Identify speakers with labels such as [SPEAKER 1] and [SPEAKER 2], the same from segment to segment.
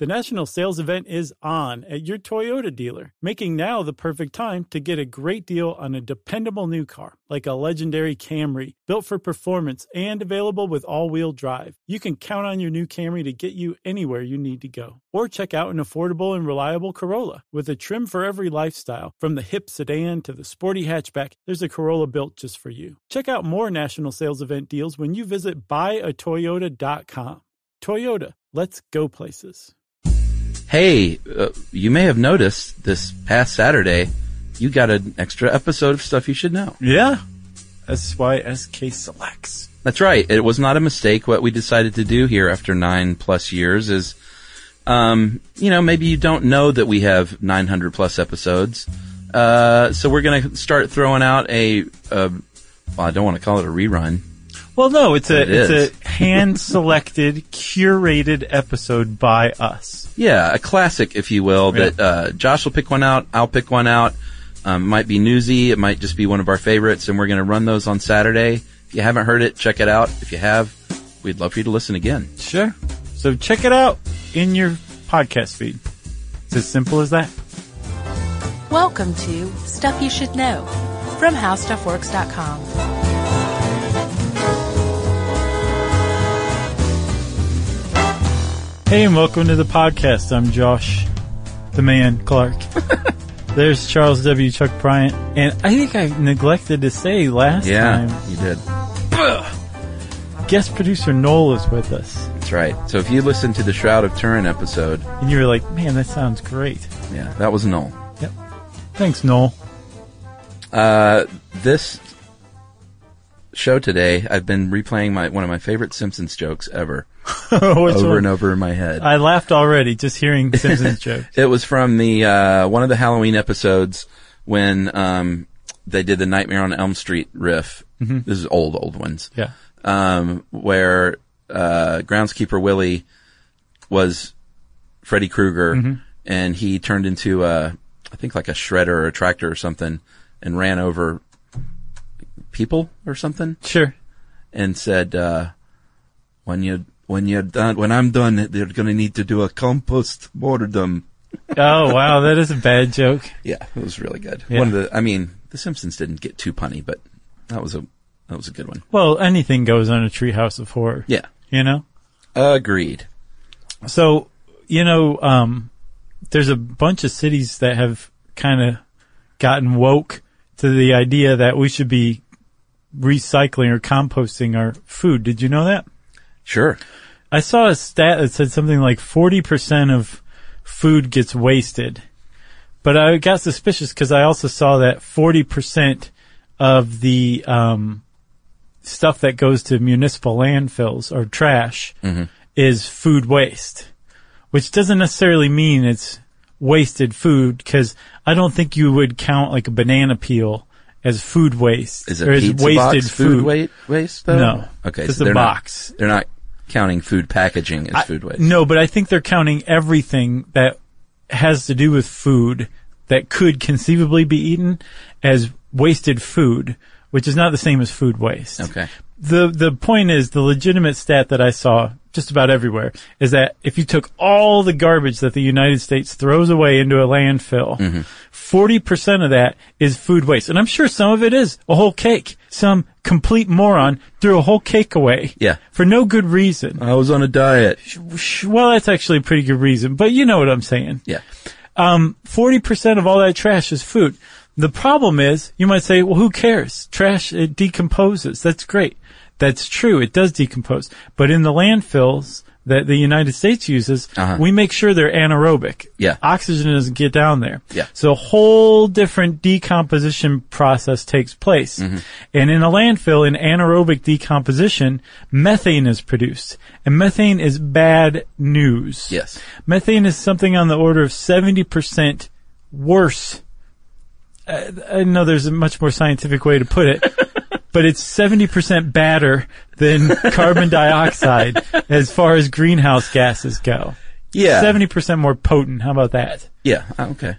[SPEAKER 1] The national sales event is on at your Toyota dealer, making now the perfect time to get a great deal on a dependable new car like a legendary Camry, built for performance and available with all-wheel drive. You can count on your new Camry to get you anywhere you need to go. Or check out an affordable and reliable Corolla with a trim for every lifestyle, from the hip sedan to the sporty hatchback. There's a Corolla built just for you. Check out more national sales event deals when you visit buyatoyota.com. Toyota, let's go places.
[SPEAKER 2] Hey, uh, you may have noticed this past Saturday, you got an extra episode of Stuff You Should Know.
[SPEAKER 3] Yeah. SYSK selects.
[SPEAKER 2] That's right. It was not a mistake. What we decided to do here after nine plus years is, um, you know, maybe you don't know that we have 900 plus episodes. Uh, so we're going to start throwing out a, uh, well, I don't want to call it a rerun.
[SPEAKER 3] Well, no, it's a
[SPEAKER 2] It is.
[SPEAKER 3] it's a hand selected, curated episode by us.
[SPEAKER 2] Yeah, a classic, if you will. But uh, Josh will pick one out. I'll pick one out. Um, it might be newsy. It might just be one of our favorites, and we're going to run those on Saturday. If you haven't heard it, check it out. If you have, we'd love for you to listen again.
[SPEAKER 3] Sure. So check it out in your podcast feed. It's as simple as that.
[SPEAKER 4] Welcome to Stuff You Should Know from HowStuffWorks.com.
[SPEAKER 3] Hey, and welcome to the podcast. I'm Josh, the man, Clark. There's Charles W. Chuck Bryant. And I think I neglected to say last
[SPEAKER 2] Yeah, you did.
[SPEAKER 3] time, guest producer Noel is with us.
[SPEAKER 2] That's right. So if you listen to the Shroud of Turin episode,
[SPEAKER 3] And you were like, man, that sounds great.
[SPEAKER 2] yeah, that was Noel.
[SPEAKER 3] Yep. Thanks, Noel.
[SPEAKER 2] Uh, this show today, I've been replaying my one of my favorite Simpsons jokes ever,
[SPEAKER 3] Which
[SPEAKER 2] over
[SPEAKER 3] one?
[SPEAKER 2] and over in my head.
[SPEAKER 3] I laughed already just hearing Simpsons joke.
[SPEAKER 2] It was from the uh, one of the Halloween episodes when um, they did the Nightmare on Elm Street riff. This is old, old ones.
[SPEAKER 3] Yeah.
[SPEAKER 2] Um, where uh, groundskeeper Willie was Freddy Krueger, and he turned into a, I think like a shredder or a tractor or something, and ran over people or something
[SPEAKER 3] Sure.
[SPEAKER 2] and said, uh, "When you when you're done, when I'm done, they're gonna need to do a compost mortem."
[SPEAKER 3] Oh, wow. That is a bad joke.
[SPEAKER 2] Yeah, it was really good.
[SPEAKER 3] Yeah.
[SPEAKER 2] One of the, I mean, The Simpsons didn't get too punny, but that was a that was a good one.
[SPEAKER 3] Well, anything goes on a treehouse of horror.
[SPEAKER 2] Yeah,
[SPEAKER 3] You know?
[SPEAKER 2] agreed.
[SPEAKER 3] So, you know, um, there's a bunch of cities that have kind of gotten woke to the idea that we should be recycling or composting our food. Did you know that?
[SPEAKER 2] Sure.
[SPEAKER 3] I saw a stat that said something like 40% of food gets wasted. But I got suspicious because I also saw that 40% of the um, stuff that goes to municipal landfills or trash
[SPEAKER 2] Mm-hmm.
[SPEAKER 3] is food waste, which doesn't necessarily mean it's wasted food because I don't think you would count like a banana peel as food waste
[SPEAKER 2] Is
[SPEAKER 3] or
[SPEAKER 2] a
[SPEAKER 3] as
[SPEAKER 2] pizza
[SPEAKER 3] wasted
[SPEAKER 2] box food,
[SPEAKER 3] food.
[SPEAKER 2] weight, waste though?
[SPEAKER 3] No.
[SPEAKER 2] Okay,
[SPEAKER 3] It's
[SPEAKER 2] so
[SPEAKER 3] a
[SPEAKER 2] they're
[SPEAKER 3] box.
[SPEAKER 2] Not, they're not counting food packaging as
[SPEAKER 3] I-
[SPEAKER 2] food waste.
[SPEAKER 3] No, but I think they're counting everything that has to do with food that could conceivably be eaten as wasted food, which is not the same as food waste.
[SPEAKER 2] Okay.
[SPEAKER 3] The the point is the legitimate stat that I saw just about everywhere is that if you took all the garbage that the United States throws away into a landfill,
[SPEAKER 2] Mm-hmm.
[SPEAKER 3] 40% of that is food waste. And I'm sure some of it is a whole cake. Some complete moron threw a whole cake away.
[SPEAKER 2] Yeah.
[SPEAKER 3] For no good reason.
[SPEAKER 2] I was on a diet.
[SPEAKER 3] Sh- Well, that's actually a pretty good reason, but you know what I'm saying.
[SPEAKER 2] Yeah.
[SPEAKER 3] 40% of all that trash is food. The problem is, you might say, well, who cares? Trash, it decomposes. That's great. That's true. It does decompose. But in the landfills, that the United States uses,
[SPEAKER 2] Uh-huh.
[SPEAKER 3] we make sure they're anaerobic.
[SPEAKER 2] Yeah.
[SPEAKER 3] Oxygen doesn't get down there.
[SPEAKER 2] Yeah.
[SPEAKER 3] So a whole different decomposition process takes place.
[SPEAKER 2] Mm-hmm.
[SPEAKER 3] And in a landfill, in anaerobic decomposition, methane is produced. And methane is bad news.
[SPEAKER 2] Yes.
[SPEAKER 3] Methane is something on the order of 70% worse. Uh, I know there's a much more scientific way to put it, but it's 70% badder than carbon dioxide as far as greenhouse gases go.
[SPEAKER 2] Yeah.
[SPEAKER 3] 70% more potent. How about that?
[SPEAKER 2] Yeah. Oh, okay.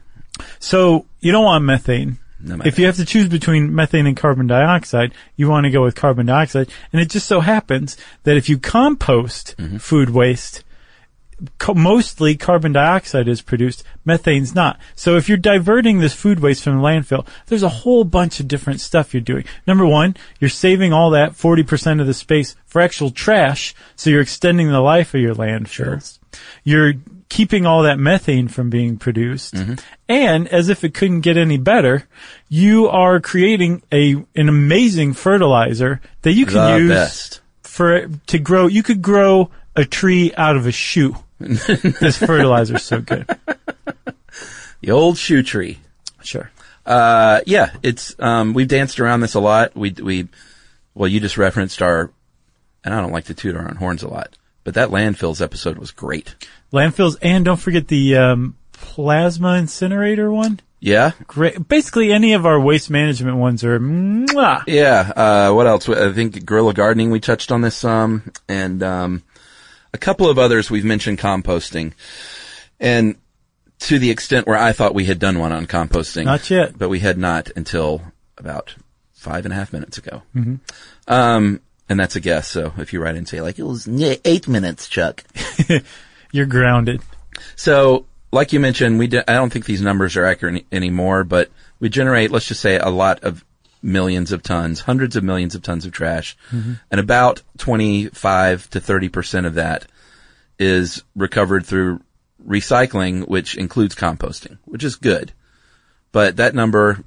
[SPEAKER 3] So you don't want methane.
[SPEAKER 2] No matter.
[SPEAKER 3] If you have to choose between methane and carbon dioxide, you want to go with carbon dioxide. And it just so happens that if you compost
[SPEAKER 2] Mm-hmm.
[SPEAKER 3] food waste, co- mostly carbon dioxide is produced, methane's not. So if you're diverting this food waste from the landfill, there's a whole bunch of different stuff you're doing. Number one, you're saving all that 40% of the space for actual trash, so you're extending the life of your landfills. You're keeping all that methane from being produced.
[SPEAKER 2] Mm-hmm.
[SPEAKER 3] And as if it couldn't get any better, you are creating a an amazing fertilizer that you can
[SPEAKER 2] The
[SPEAKER 3] use
[SPEAKER 2] best.
[SPEAKER 3] for it to grow. You could grow a tree out of a shoe. this fertilizer's so good.
[SPEAKER 2] The old shoe tree.
[SPEAKER 3] Sure.
[SPEAKER 2] Uh, yeah, it's um, we've danced around this a lot. We we, well, you just referenced our, and I don't like to toot our own horns a lot, but that landfills episode was great.
[SPEAKER 3] Landfills, and don't forget the um, plasma incinerator one.
[SPEAKER 2] Yeah,
[SPEAKER 3] Great. Basically, any of our waste management ones are. Mwah.
[SPEAKER 2] yeah. Uh, what else? I think gorilla gardening. We touched on this some, and um, a couple of others. We've mentioned composting, and to the extent where I thought we had done one on composting,
[SPEAKER 3] Not yet.
[SPEAKER 2] but we had not until about five and a half minutes ago.
[SPEAKER 3] Mm-hmm.
[SPEAKER 2] Um, and that's a guess. So if you write and say like it was yeah, eight minutes, Chuck.
[SPEAKER 3] You're grounded.
[SPEAKER 2] So, like you mentioned, we de- I don't think these numbers are accurate any- anymore, but we generate, let's just say, a lot of millions of tons, hundreds of millions of tons of trash,
[SPEAKER 3] Mm-hmm.
[SPEAKER 2] and about 25 to 30 percent of that is recovered through recycling, which includes composting, which is good. But that number,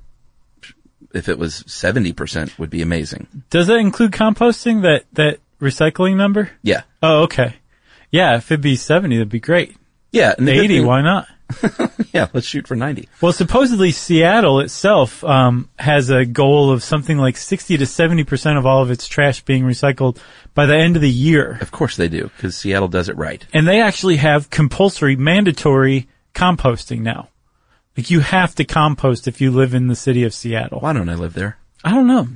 [SPEAKER 2] if it was 70 percent, would be amazing.
[SPEAKER 3] Does that include composting? That that recycling number?
[SPEAKER 2] Yeah,
[SPEAKER 3] Oh, okay. Yeah, if it'd be seventy, that'd be great.
[SPEAKER 2] yeah, and the good
[SPEAKER 3] Eighty,
[SPEAKER 2] thing-
[SPEAKER 3] why not?
[SPEAKER 2] Yeah, let's shoot for 90.
[SPEAKER 3] Well, supposedly Seattle itself um, has a goal of something like 60 to 70% of all of its trash being recycled by the end of the year.
[SPEAKER 2] Of course they do, because Seattle does it right.
[SPEAKER 3] And they actually have compulsory, mandatory composting now. Like you have to compost if you live in the city of Seattle.
[SPEAKER 2] Why don't I live there?
[SPEAKER 3] I don't know.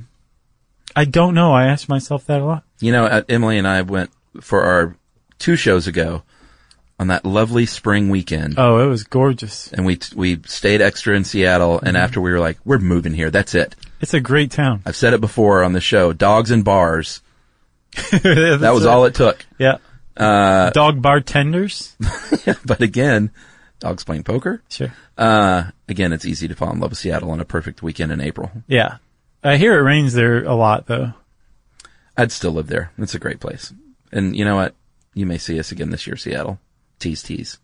[SPEAKER 3] I don't know. I ask myself that a lot.
[SPEAKER 2] You know, uh, Emily and I went for our two shows ago on that lovely spring weekend,
[SPEAKER 3] Oh, it was gorgeous.
[SPEAKER 2] and we t- we stayed extra in Seattle. And after we were like, we're moving here. That's it.
[SPEAKER 3] It's a great town.
[SPEAKER 2] I've said it before on the show. Dogs and bars. That was all uh, it took.
[SPEAKER 3] Yeah. Dog bartenders.
[SPEAKER 2] But again, dogs playing poker.
[SPEAKER 3] Sure.
[SPEAKER 2] Uh, again, it's easy to fall in love with Seattle on a perfect weekend in April.
[SPEAKER 3] Yeah. I hear it rains there a lot though.
[SPEAKER 2] I'd still live there. It's a great place. And you know what? You may see us again this year, Seattle. Tease, tease.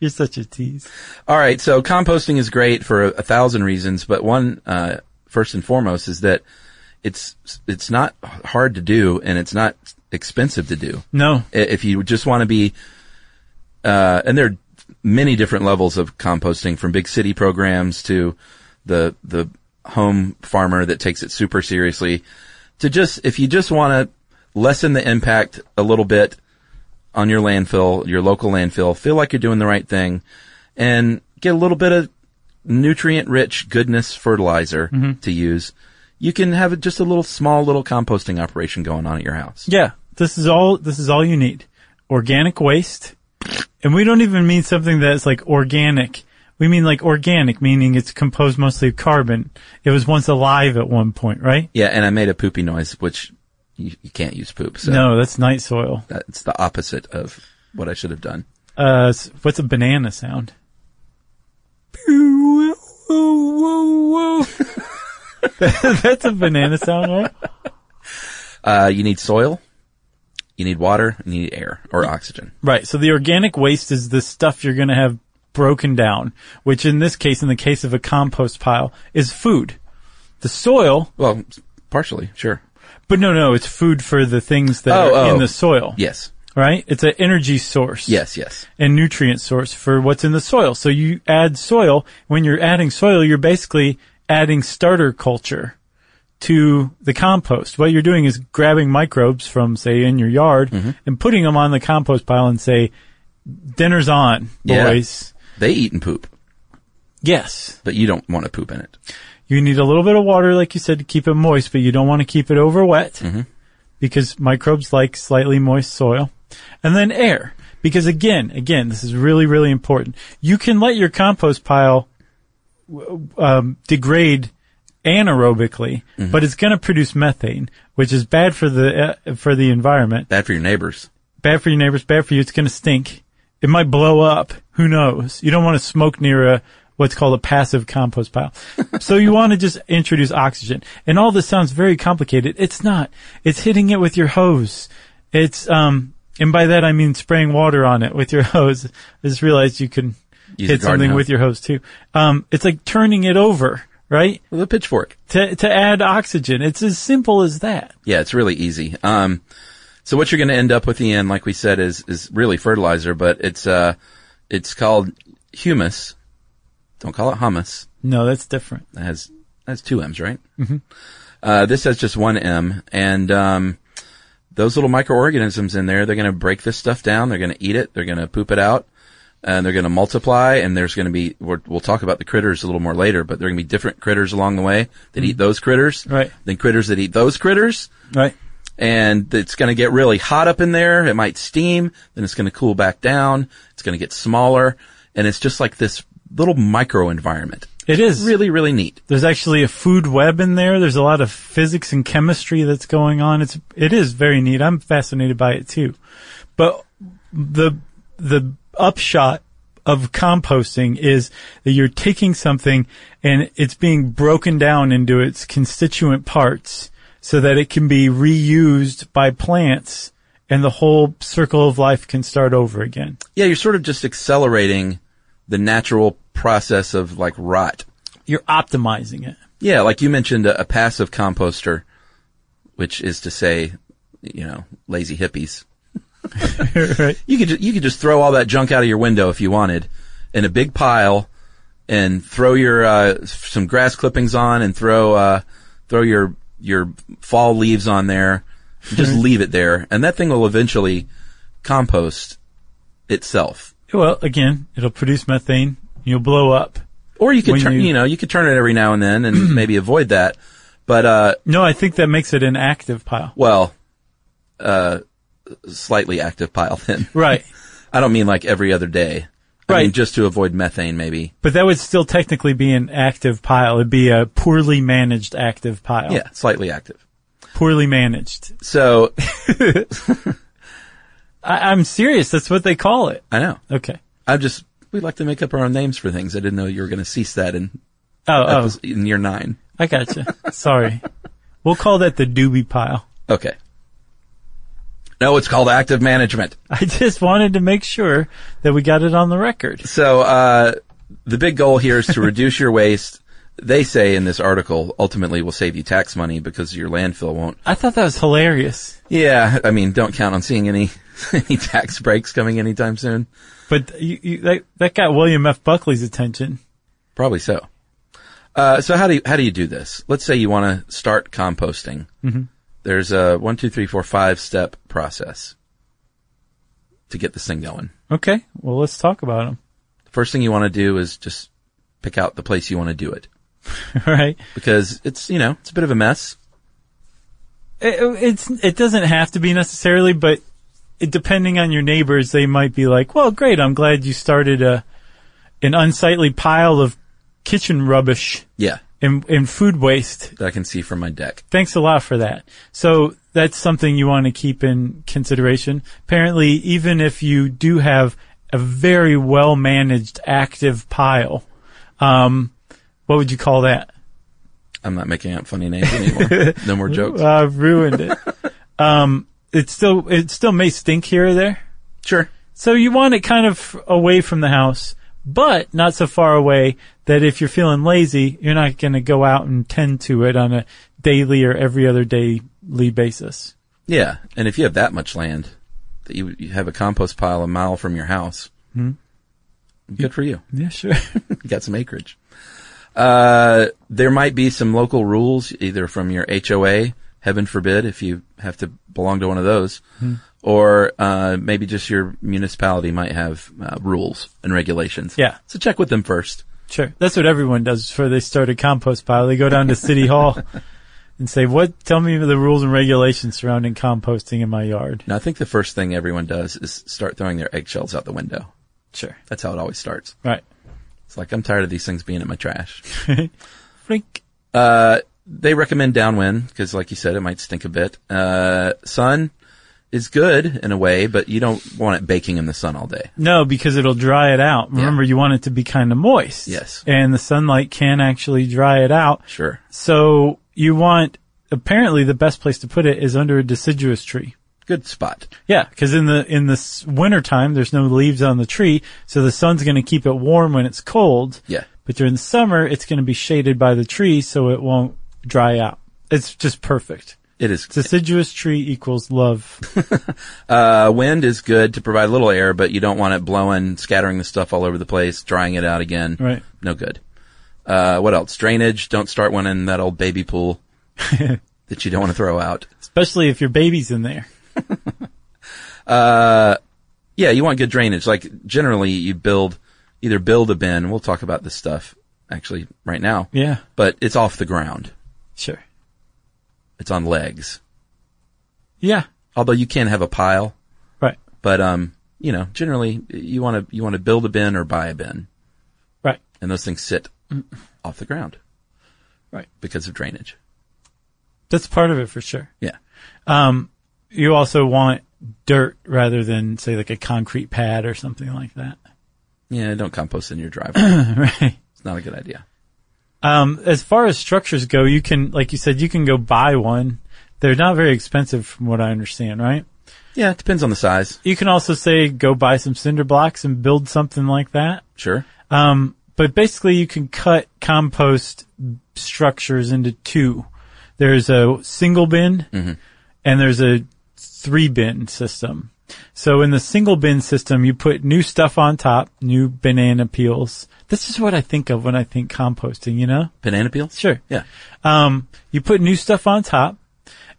[SPEAKER 3] You're such a tease.
[SPEAKER 2] All right, so composting is great for a, a thousand reasons, but one uh, first and foremost is that it's it's not hard to do and it's not expensive to do.
[SPEAKER 3] No.
[SPEAKER 2] I- If you just want to be, uh, and there are many different levels of composting, from big city programs to the the home farmer that takes it super seriously, to just if you just want to lessen the impact a little bit on your landfill, your local landfill, feel like you're doing the right thing, and get a little bit of nutrient rich goodness fertilizer to use. You can have just a little small little composting operation going on at your house.
[SPEAKER 3] Yeah, this is all this is all you need. Organic waste, and we don't even mean something that's like organic. We mean like organic, meaning it's composed mostly of carbon. It was once alive at one point, right?
[SPEAKER 2] Yeah, and I made a poopy noise, which you, you can't use poop. So
[SPEAKER 3] No, that's night soil.
[SPEAKER 2] that's the opposite of what I should have done.
[SPEAKER 3] Uh, s- what's a banana sound? that's a banana sound, right?
[SPEAKER 2] Uh, you need soil, you need water, you need air or oxygen.
[SPEAKER 3] Right. So the organic waste is the stuff you're going to have broken down, which in this case, in the case of a compost pile, is food. The soil
[SPEAKER 2] Well, partially, sure.
[SPEAKER 3] But no, no, it's food for the things that
[SPEAKER 2] Oh,
[SPEAKER 3] are
[SPEAKER 2] oh.
[SPEAKER 3] in the soil,
[SPEAKER 2] Yes.
[SPEAKER 3] right? It's an energy source
[SPEAKER 2] Yes. Yes.
[SPEAKER 3] and nutrient source for what's in the soil. So you add soil. When you're adding soil, you're basically adding starter culture to the compost. What you're doing is grabbing microbes from, say, in your yard and putting them on the compost pile and say, dinner's on,
[SPEAKER 2] Yeah.
[SPEAKER 3] boys.
[SPEAKER 2] They eat and poop,
[SPEAKER 3] Yes.
[SPEAKER 2] but you don't want to poop in it.
[SPEAKER 3] You need a little bit of water, like you said, to keep it moist, but you don't want to keep it over wet because microbes like slightly moist soil. And then air, because again, again, this is really, really important. You can let your compost pile w- um, degrade anaerobically, but it's going to produce methane, which is bad for the uh, for the environment,
[SPEAKER 2] Bad for your neighbors.
[SPEAKER 3] bad for your neighbors, bad for you. It's going to stink. It might blow up. Who knows? You don't want to smoke near a what's called a passive compost pile. so you want to just introduce oxygen. And all this sounds very complicated. It's not. It's hitting it with your hose. It's um and by that I mean spraying water on it with your hose. I just realized you can
[SPEAKER 2] Use a
[SPEAKER 3] hit
[SPEAKER 2] garden
[SPEAKER 3] something
[SPEAKER 2] hose.
[SPEAKER 3] with your hose too. Um it's like turning it over, right?
[SPEAKER 2] With a pitchfork.
[SPEAKER 3] To to add oxygen. It's as simple as that.
[SPEAKER 2] Yeah, it's really easy. Um, so what you're going to end up with the end, like we said, is is really fertilizer, but it's uh, it's called humus. Don't call it hummus.
[SPEAKER 3] No, that's different.
[SPEAKER 2] That has that has two M's, right? Mm-hmm. Uh, this has just one M, and um, those little microorganisms in there, they're going to break this stuff down. They're going to eat it. They're going to poop it out, and they're going to multiply. And there's going to be we're, we'll talk about the critters a little more later, but there are going to be different critters along the way that eat those critters,
[SPEAKER 3] Right.
[SPEAKER 2] Then critters that eat those critters,
[SPEAKER 3] Right.
[SPEAKER 2] and it's going to get really hot up in there. It might steam, then it's going to cool back down. It's going to get smaller, and it's just like this little micro environment.
[SPEAKER 3] It is.
[SPEAKER 2] Really, really neat.
[SPEAKER 3] There's actually a food web in there. There's a lot of physics and chemistry that's going on. It's it is very neat. I'm fascinated by it too. But the the upshot of composting is that you're taking something and it's being broken down into its constituent parts so that it can be reused by plants and the whole circle of life can start over again.
[SPEAKER 2] Yeah, you're sort of just accelerating the natural process of like rot.
[SPEAKER 3] You're optimizing it.
[SPEAKER 2] Yeah, like you mentioned, a, a passive composter, which is to say, you know, lazy hippies.
[SPEAKER 3] right.
[SPEAKER 2] You could ju- you could just throw all that junk out of your window if you wanted, in a big pile, and throw your uh, s- some grass clippings on, and throw uh, throw your your fall leaves on there. and Just leave it there, and that thing will eventually compost itself.
[SPEAKER 3] Well, again, it'll produce methane. You'll blow up.
[SPEAKER 2] Or you could
[SPEAKER 3] When
[SPEAKER 2] turn, you,
[SPEAKER 3] you-
[SPEAKER 2] know, you could turn it every now and then and maybe avoid that. But, uh,
[SPEAKER 3] No, I think that makes it an active pile.
[SPEAKER 2] well, uh, slightly active pile then.
[SPEAKER 3] Right.
[SPEAKER 2] I don't mean like every other day. I mean
[SPEAKER 3] Right.
[SPEAKER 2] just to avoid methane maybe.
[SPEAKER 3] But that would still technically be an active pile. It'd be a poorly managed active pile.
[SPEAKER 2] Yeah, slightly active.
[SPEAKER 3] Poorly managed.
[SPEAKER 2] So,
[SPEAKER 3] I- I'm serious. That's what they call it.
[SPEAKER 2] I know.
[SPEAKER 3] Okay.
[SPEAKER 2] I'm just, we like to make up our own names for things. I didn't know you were going to cease that in,
[SPEAKER 3] Oh, oh,
[SPEAKER 2] epis- in year nine.
[SPEAKER 3] I gotcha. Sorry. We'll call that the doobie pile.
[SPEAKER 2] Okay. No, it's called active management.
[SPEAKER 3] I just wanted to make sure that we got it on the record.
[SPEAKER 2] So uh, the big goal here is to reduce your waste. They say in this article, ultimately will save you tax money because your landfill won't.
[SPEAKER 3] I thought that was hilarious.
[SPEAKER 2] Yeah, I mean, don't count on seeing any any tax breaks coming anytime soon.
[SPEAKER 3] But you, you, that, that got William F. Buckley's attention.
[SPEAKER 2] Probably so. Uh, so how do you, how do you do this? Let's say you want to start composting. Mm-hmm. There's a one, two, three, four, five step process to get this thing going.
[SPEAKER 3] Okay. Well, let's talk about him.
[SPEAKER 2] The first thing you want to do is just pick out the place you want to do it
[SPEAKER 3] All right.
[SPEAKER 2] because it's you know it's a bit of a mess.
[SPEAKER 3] it, it's it doesn't have to be necessarily, but it, depending on your neighbors, they might be like, "Well, great, I'm glad you started a an unsightly pile of kitchen rubbish
[SPEAKER 2] Yeah,
[SPEAKER 3] and and food waste.
[SPEAKER 2] that I can see from my deck.
[SPEAKER 3] Thanks a lot for that." So that's something you want to keep in consideration. Apparently, even if you do have a very well managed active pile, um, what would you call that?
[SPEAKER 2] I'm not making up funny names anymore. no more jokes.
[SPEAKER 3] Uh, I've ruined it. um, it still it still may stink here or there.
[SPEAKER 2] Sure.
[SPEAKER 3] So you want it kind of away from the house, but not so far away that if you're feeling lazy, you're not going to go out and tend to it on a daily or every other daily basis.
[SPEAKER 2] Yeah, and if you have that much land, that you, you have a compost pile a mile from your house. Good for you.
[SPEAKER 3] Yeah, sure.
[SPEAKER 2] You got some acreage. Uh, there might be some local rules, either from your HOA, heaven forbid, if you have to belong to one of those, or uh, maybe just your municipality might have uh, rules and regulations.
[SPEAKER 3] Yeah.
[SPEAKER 2] So check with them first.
[SPEAKER 3] Sure. That's what everyone does before they start a compost pile. They go down to City Hall and say, what, tell me the rules and regulations surrounding composting in my yard.
[SPEAKER 2] Now, I think the first thing everyone does is start throwing their eggshells out the window.
[SPEAKER 3] Sure.
[SPEAKER 2] That's how it always starts.
[SPEAKER 3] Right.
[SPEAKER 2] It's like I'm tired of these things being in my trash.
[SPEAKER 3] Frink.
[SPEAKER 2] Uh, they recommend downwind because, like you said, it might stink a bit. Uh, sun is good in a way, but you don't want it baking in the sun all day.
[SPEAKER 3] No, because it'll dry it out. Remember, you want it to be kind of moist.
[SPEAKER 2] Yes.
[SPEAKER 3] And the sunlight can actually dry it out.
[SPEAKER 2] Sure.
[SPEAKER 3] So you want, apparently the best place to put it is under a deciduous tree.
[SPEAKER 2] Good spot.
[SPEAKER 3] Yeah, because in the in the s- winter time, there's no leaves on the tree, so the sun's going to keep it warm when it's cold.
[SPEAKER 2] Yeah.
[SPEAKER 3] But during the summer, it's going to be shaded by the tree, so it won't dry out. It's just perfect.
[SPEAKER 2] It is.
[SPEAKER 3] Deciduous tree equals love.
[SPEAKER 2] Uh, wind is good to provide a little air, but you don't want it blowing, scattering the stuff all over the place, drying it out again.
[SPEAKER 3] Right.
[SPEAKER 2] No good. Uh, what else? Drainage. Don't start one in that old baby pool that you don't want to throw out.
[SPEAKER 3] Especially if your baby's in there.
[SPEAKER 2] Yeah, you want good drainage. Like generally you build, either build a bin. We'll talk about this stuff actually right now.
[SPEAKER 3] Yeah.
[SPEAKER 2] But it's off the ground.
[SPEAKER 3] Sure.
[SPEAKER 2] It's on legs.
[SPEAKER 3] Yeah.
[SPEAKER 2] Although you can have a pile,
[SPEAKER 3] Right.
[SPEAKER 2] but, um, you know, generally you want to, you want to build a bin or buy a bin
[SPEAKER 3] Right.
[SPEAKER 2] and those things sit off the ground.
[SPEAKER 3] Right.
[SPEAKER 2] Because of drainage.
[SPEAKER 3] That's part of it for sure.
[SPEAKER 2] Yeah.
[SPEAKER 3] You also want dirt rather than say like a concrete pad or something like that.
[SPEAKER 2] Yeah, don't compost in your driveway.
[SPEAKER 3] right.
[SPEAKER 2] it's not a good idea.
[SPEAKER 3] Um, as far as structures go, you can, like you said, you can go buy one. They're not very expensive from what I understand, right?
[SPEAKER 2] Yeah, it depends on the size.
[SPEAKER 3] You can also say go buy some cinder blocks and build something like that.
[SPEAKER 2] Sure.
[SPEAKER 3] Um, but basically you can cut compost structures into two. There's a single bin and there's a three bin system. So in the single bin system, you put new stuff on top, new banana peels. This is what I think of when I think composting, you know?
[SPEAKER 2] Banana peels?
[SPEAKER 3] Sure.
[SPEAKER 2] Yeah.
[SPEAKER 3] Um, you put new stuff on top,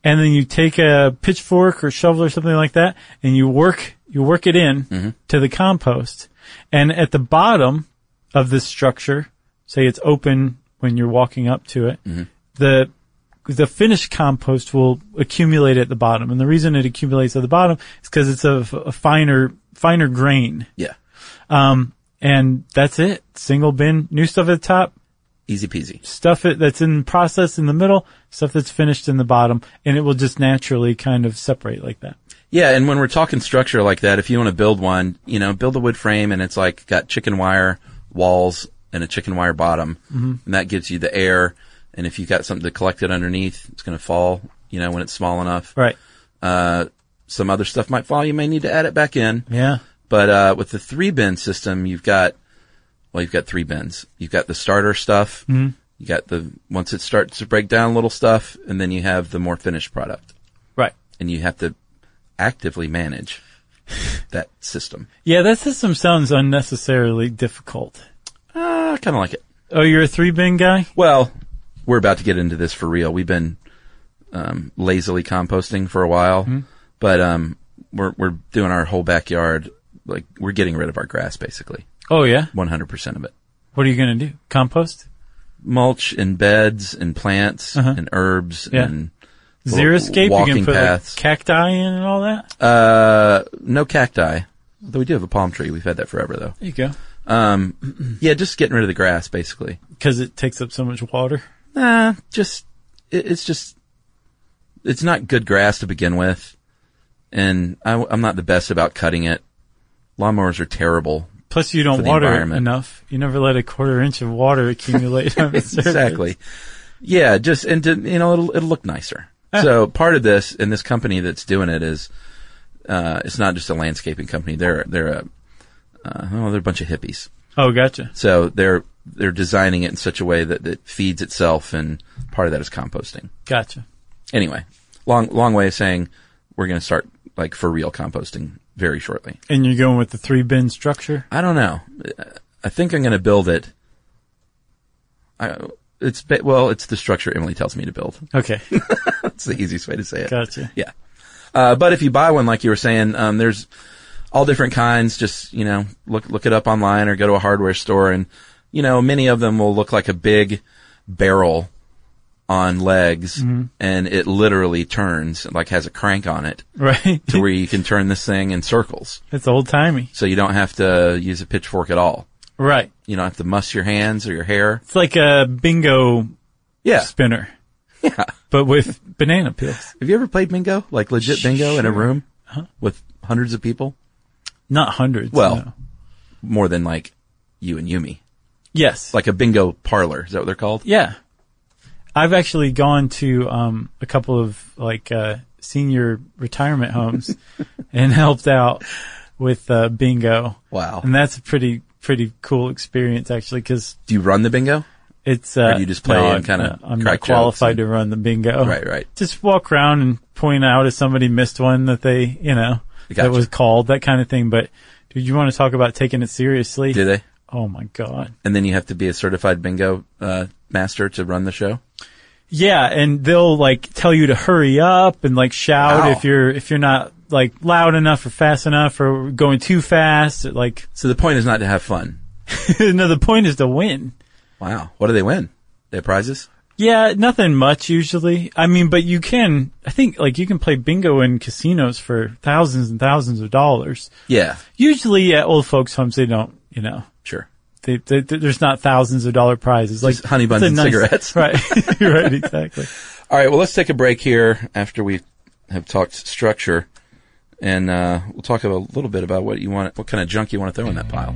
[SPEAKER 3] and then you take a pitchfork or shovel or something like that, and you work you work it in to the compost. And at the bottom of this structure, say it's open when you're walking up to it, the the finished compost will accumulate at the bottom. And the reason it accumulates at the bottom is because it's of a finer finer grain.
[SPEAKER 2] Yeah.
[SPEAKER 3] And that's it. Single bin, new stuff at the top,
[SPEAKER 2] Easy peasy.
[SPEAKER 3] stuff it that's in process in the middle, stuff that's finished in the bottom, and it will just naturally kind of separate like that.
[SPEAKER 2] Yeah, and when we're talking structure like that, if you want to build one, you know, build a wood frame and it's like got chicken wire walls and a chicken wire bottom. And that gives you the air. And if you've got something to collect it underneath, it's going to fall, you know, when it's small enough.
[SPEAKER 3] Right.
[SPEAKER 2] Uh, some other stuff might fall. You may need to add it back in.
[SPEAKER 3] Yeah.
[SPEAKER 2] But uh, with the three bin system, you've got well, you've got three bins. You've got the starter stuff. You got the once it starts to break down little stuff, and then you have the more finished product,
[SPEAKER 3] Right.
[SPEAKER 2] and you have to actively manage that system.
[SPEAKER 3] Yeah, that system sounds unnecessarily difficult.
[SPEAKER 2] Uh, I kind of like it.
[SPEAKER 3] Oh, you're a three bin guy?
[SPEAKER 2] Well, we're about to get into this for real. We've been um, lazily composting for a while,
[SPEAKER 3] Mm-hmm.
[SPEAKER 2] but um, we're we're doing our whole backyard. Like we're getting rid of our grass, basically,
[SPEAKER 3] Oh yeah.
[SPEAKER 2] one hundred percent of it.
[SPEAKER 3] What are you gonna do? Compost?
[SPEAKER 2] mulch and beds and plants
[SPEAKER 3] Uh-huh.
[SPEAKER 2] and herbs
[SPEAKER 3] Yeah.
[SPEAKER 2] and
[SPEAKER 3] Zero escape? You
[SPEAKER 2] walking
[SPEAKER 3] can put like,
[SPEAKER 2] paths.
[SPEAKER 3] cacti in and all that?
[SPEAKER 2] uh no cacti. Though we do have a palm tree. We've had that forever though.
[SPEAKER 3] There you go.
[SPEAKER 2] Um yeah, just getting rid of the grass basically.
[SPEAKER 3] Because it takes up so much water.
[SPEAKER 2] Nah, just it, it's just it's not good grass to begin with. And I, am not the best about cutting it. Lawnmowers are terrible.
[SPEAKER 3] Plus, you
[SPEAKER 2] For
[SPEAKER 3] don't
[SPEAKER 2] the
[SPEAKER 3] water it
[SPEAKER 2] environment.
[SPEAKER 3] enough. You never let a quarter inch of water accumulate on the surface.
[SPEAKER 2] exactly. Yeah, just and to, you know it'll it'll look nicer. so part of this and this company that's doing it is, uh, it's not just a landscaping company. They're they're a, uh, oh, they're a bunch of hippies.
[SPEAKER 3] Oh, gotcha.
[SPEAKER 2] So they're they're designing it in such a way that it feeds itself, and part of that is composting.
[SPEAKER 3] Gotcha.
[SPEAKER 2] Anyway, long long way of saying we're going to start like for real composting very shortly.
[SPEAKER 3] And you're going with the three bin structure?
[SPEAKER 2] I don't know. I think I'm going to build it. I, it's ba- well, it's the structure Emily tells me to build.
[SPEAKER 3] Okay.
[SPEAKER 2] That's the easiest way to say it.
[SPEAKER 3] Gotcha.
[SPEAKER 2] Yeah. Uh, but if you buy one, like you were saying, um, there's all different kinds. Just you know, look look it up online or go to a hardware store, and you know, many of them will look like a big barrel on legs, and it literally turns like has a crank on it
[SPEAKER 3] Right.
[SPEAKER 2] to where you can turn this thing in circles,
[SPEAKER 3] it's old timey.
[SPEAKER 2] so you don't have to use a pitchfork at all.
[SPEAKER 3] Right.
[SPEAKER 2] You don't have to muss your hands or your hair.
[SPEAKER 3] It's like a bingo
[SPEAKER 2] Yeah,
[SPEAKER 3] spinner,
[SPEAKER 2] yeah.
[SPEAKER 3] but with banana peels.
[SPEAKER 2] Have you ever played bingo? Like legit bingo in a room with hundreds of people?
[SPEAKER 3] Not hundreds.
[SPEAKER 2] Well,
[SPEAKER 3] no.
[SPEAKER 2] More than like you and Yumi.
[SPEAKER 3] yes.
[SPEAKER 2] Like a bingo parlor. Is that what they're called?
[SPEAKER 3] Yeah. I've actually gone to um, a couple of like uh, senior retirement homes and helped out with uh, bingo.
[SPEAKER 2] Wow.
[SPEAKER 3] And that's a pretty pretty cool experience actually cuz
[SPEAKER 2] Do you run the bingo?
[SPEAKER 3] it's uh
[SPEAKER 2] do you just play
[SPEAKER 3] no,
[SPEAKER 2] and
[SPEAKER 3] I'm-
[SPEAKER 2] kinda
[SPEAKER 3] I'm
[SPEAKER 2] crack
[SPEAKER 3] not
[SPEAKER 2] jokes
[SPEAKER 3] qualified
[SPEAKER 2] and-
[SPEAKER 3] to run the bingo.
[SPEAKER 2] Right, right.
[SPEAKER 3] Just walk around and point out if somebody missed one that they, you know,
[SPEAKER 2] Gotcha.
[SPEAKER 3] that was called that kind of thing, but dude, you want to talk about taking it seriously?
[SPEAKER 2] Do they?
[SPEAKER 3] Oh my god.
[SPEAKER 2] And then you have to be a certified bingo uh, master to run the show?
[SPEAKER 3] Yeah, and they'll like tell you to hurry up and like shout
[SPEAKER 2] Wow.
[SPEAKER 3] if you're if you're not like loud enough or fast enough or going too fast. Like
[SPEAKER 2] So the point is not to have fun.
[SPEAKER 3] no, the point is to win.
[SPEAKER 2] Wow. What do they win? They have prizes?
[SPEAKER 3] Yeah, nothing much usually. I mean, but you can. I think like you can play bingo in casinos for thousands and thousands of dollars.
[SPEAKER 2] Yeah.
[SPEAKER 3] Usually at old folks' homes, they don't. You know,
[SPEAKER 2] Sure.
[SPEAKER 3] they, they, there's not thousands of dollar prizes like
[SPEAKER 2] Just honey buns
[SPEAKER 3] it's a
[SPEAKER 2] and cigarettes.
[SPEAKER 3] Right, right, exactly.
[SPEAKER 2] All right. Well, let's take a break here after we have talked structure. And uh, we'll talk a little bit about what you want, what kind of junk you want to throw in that pile.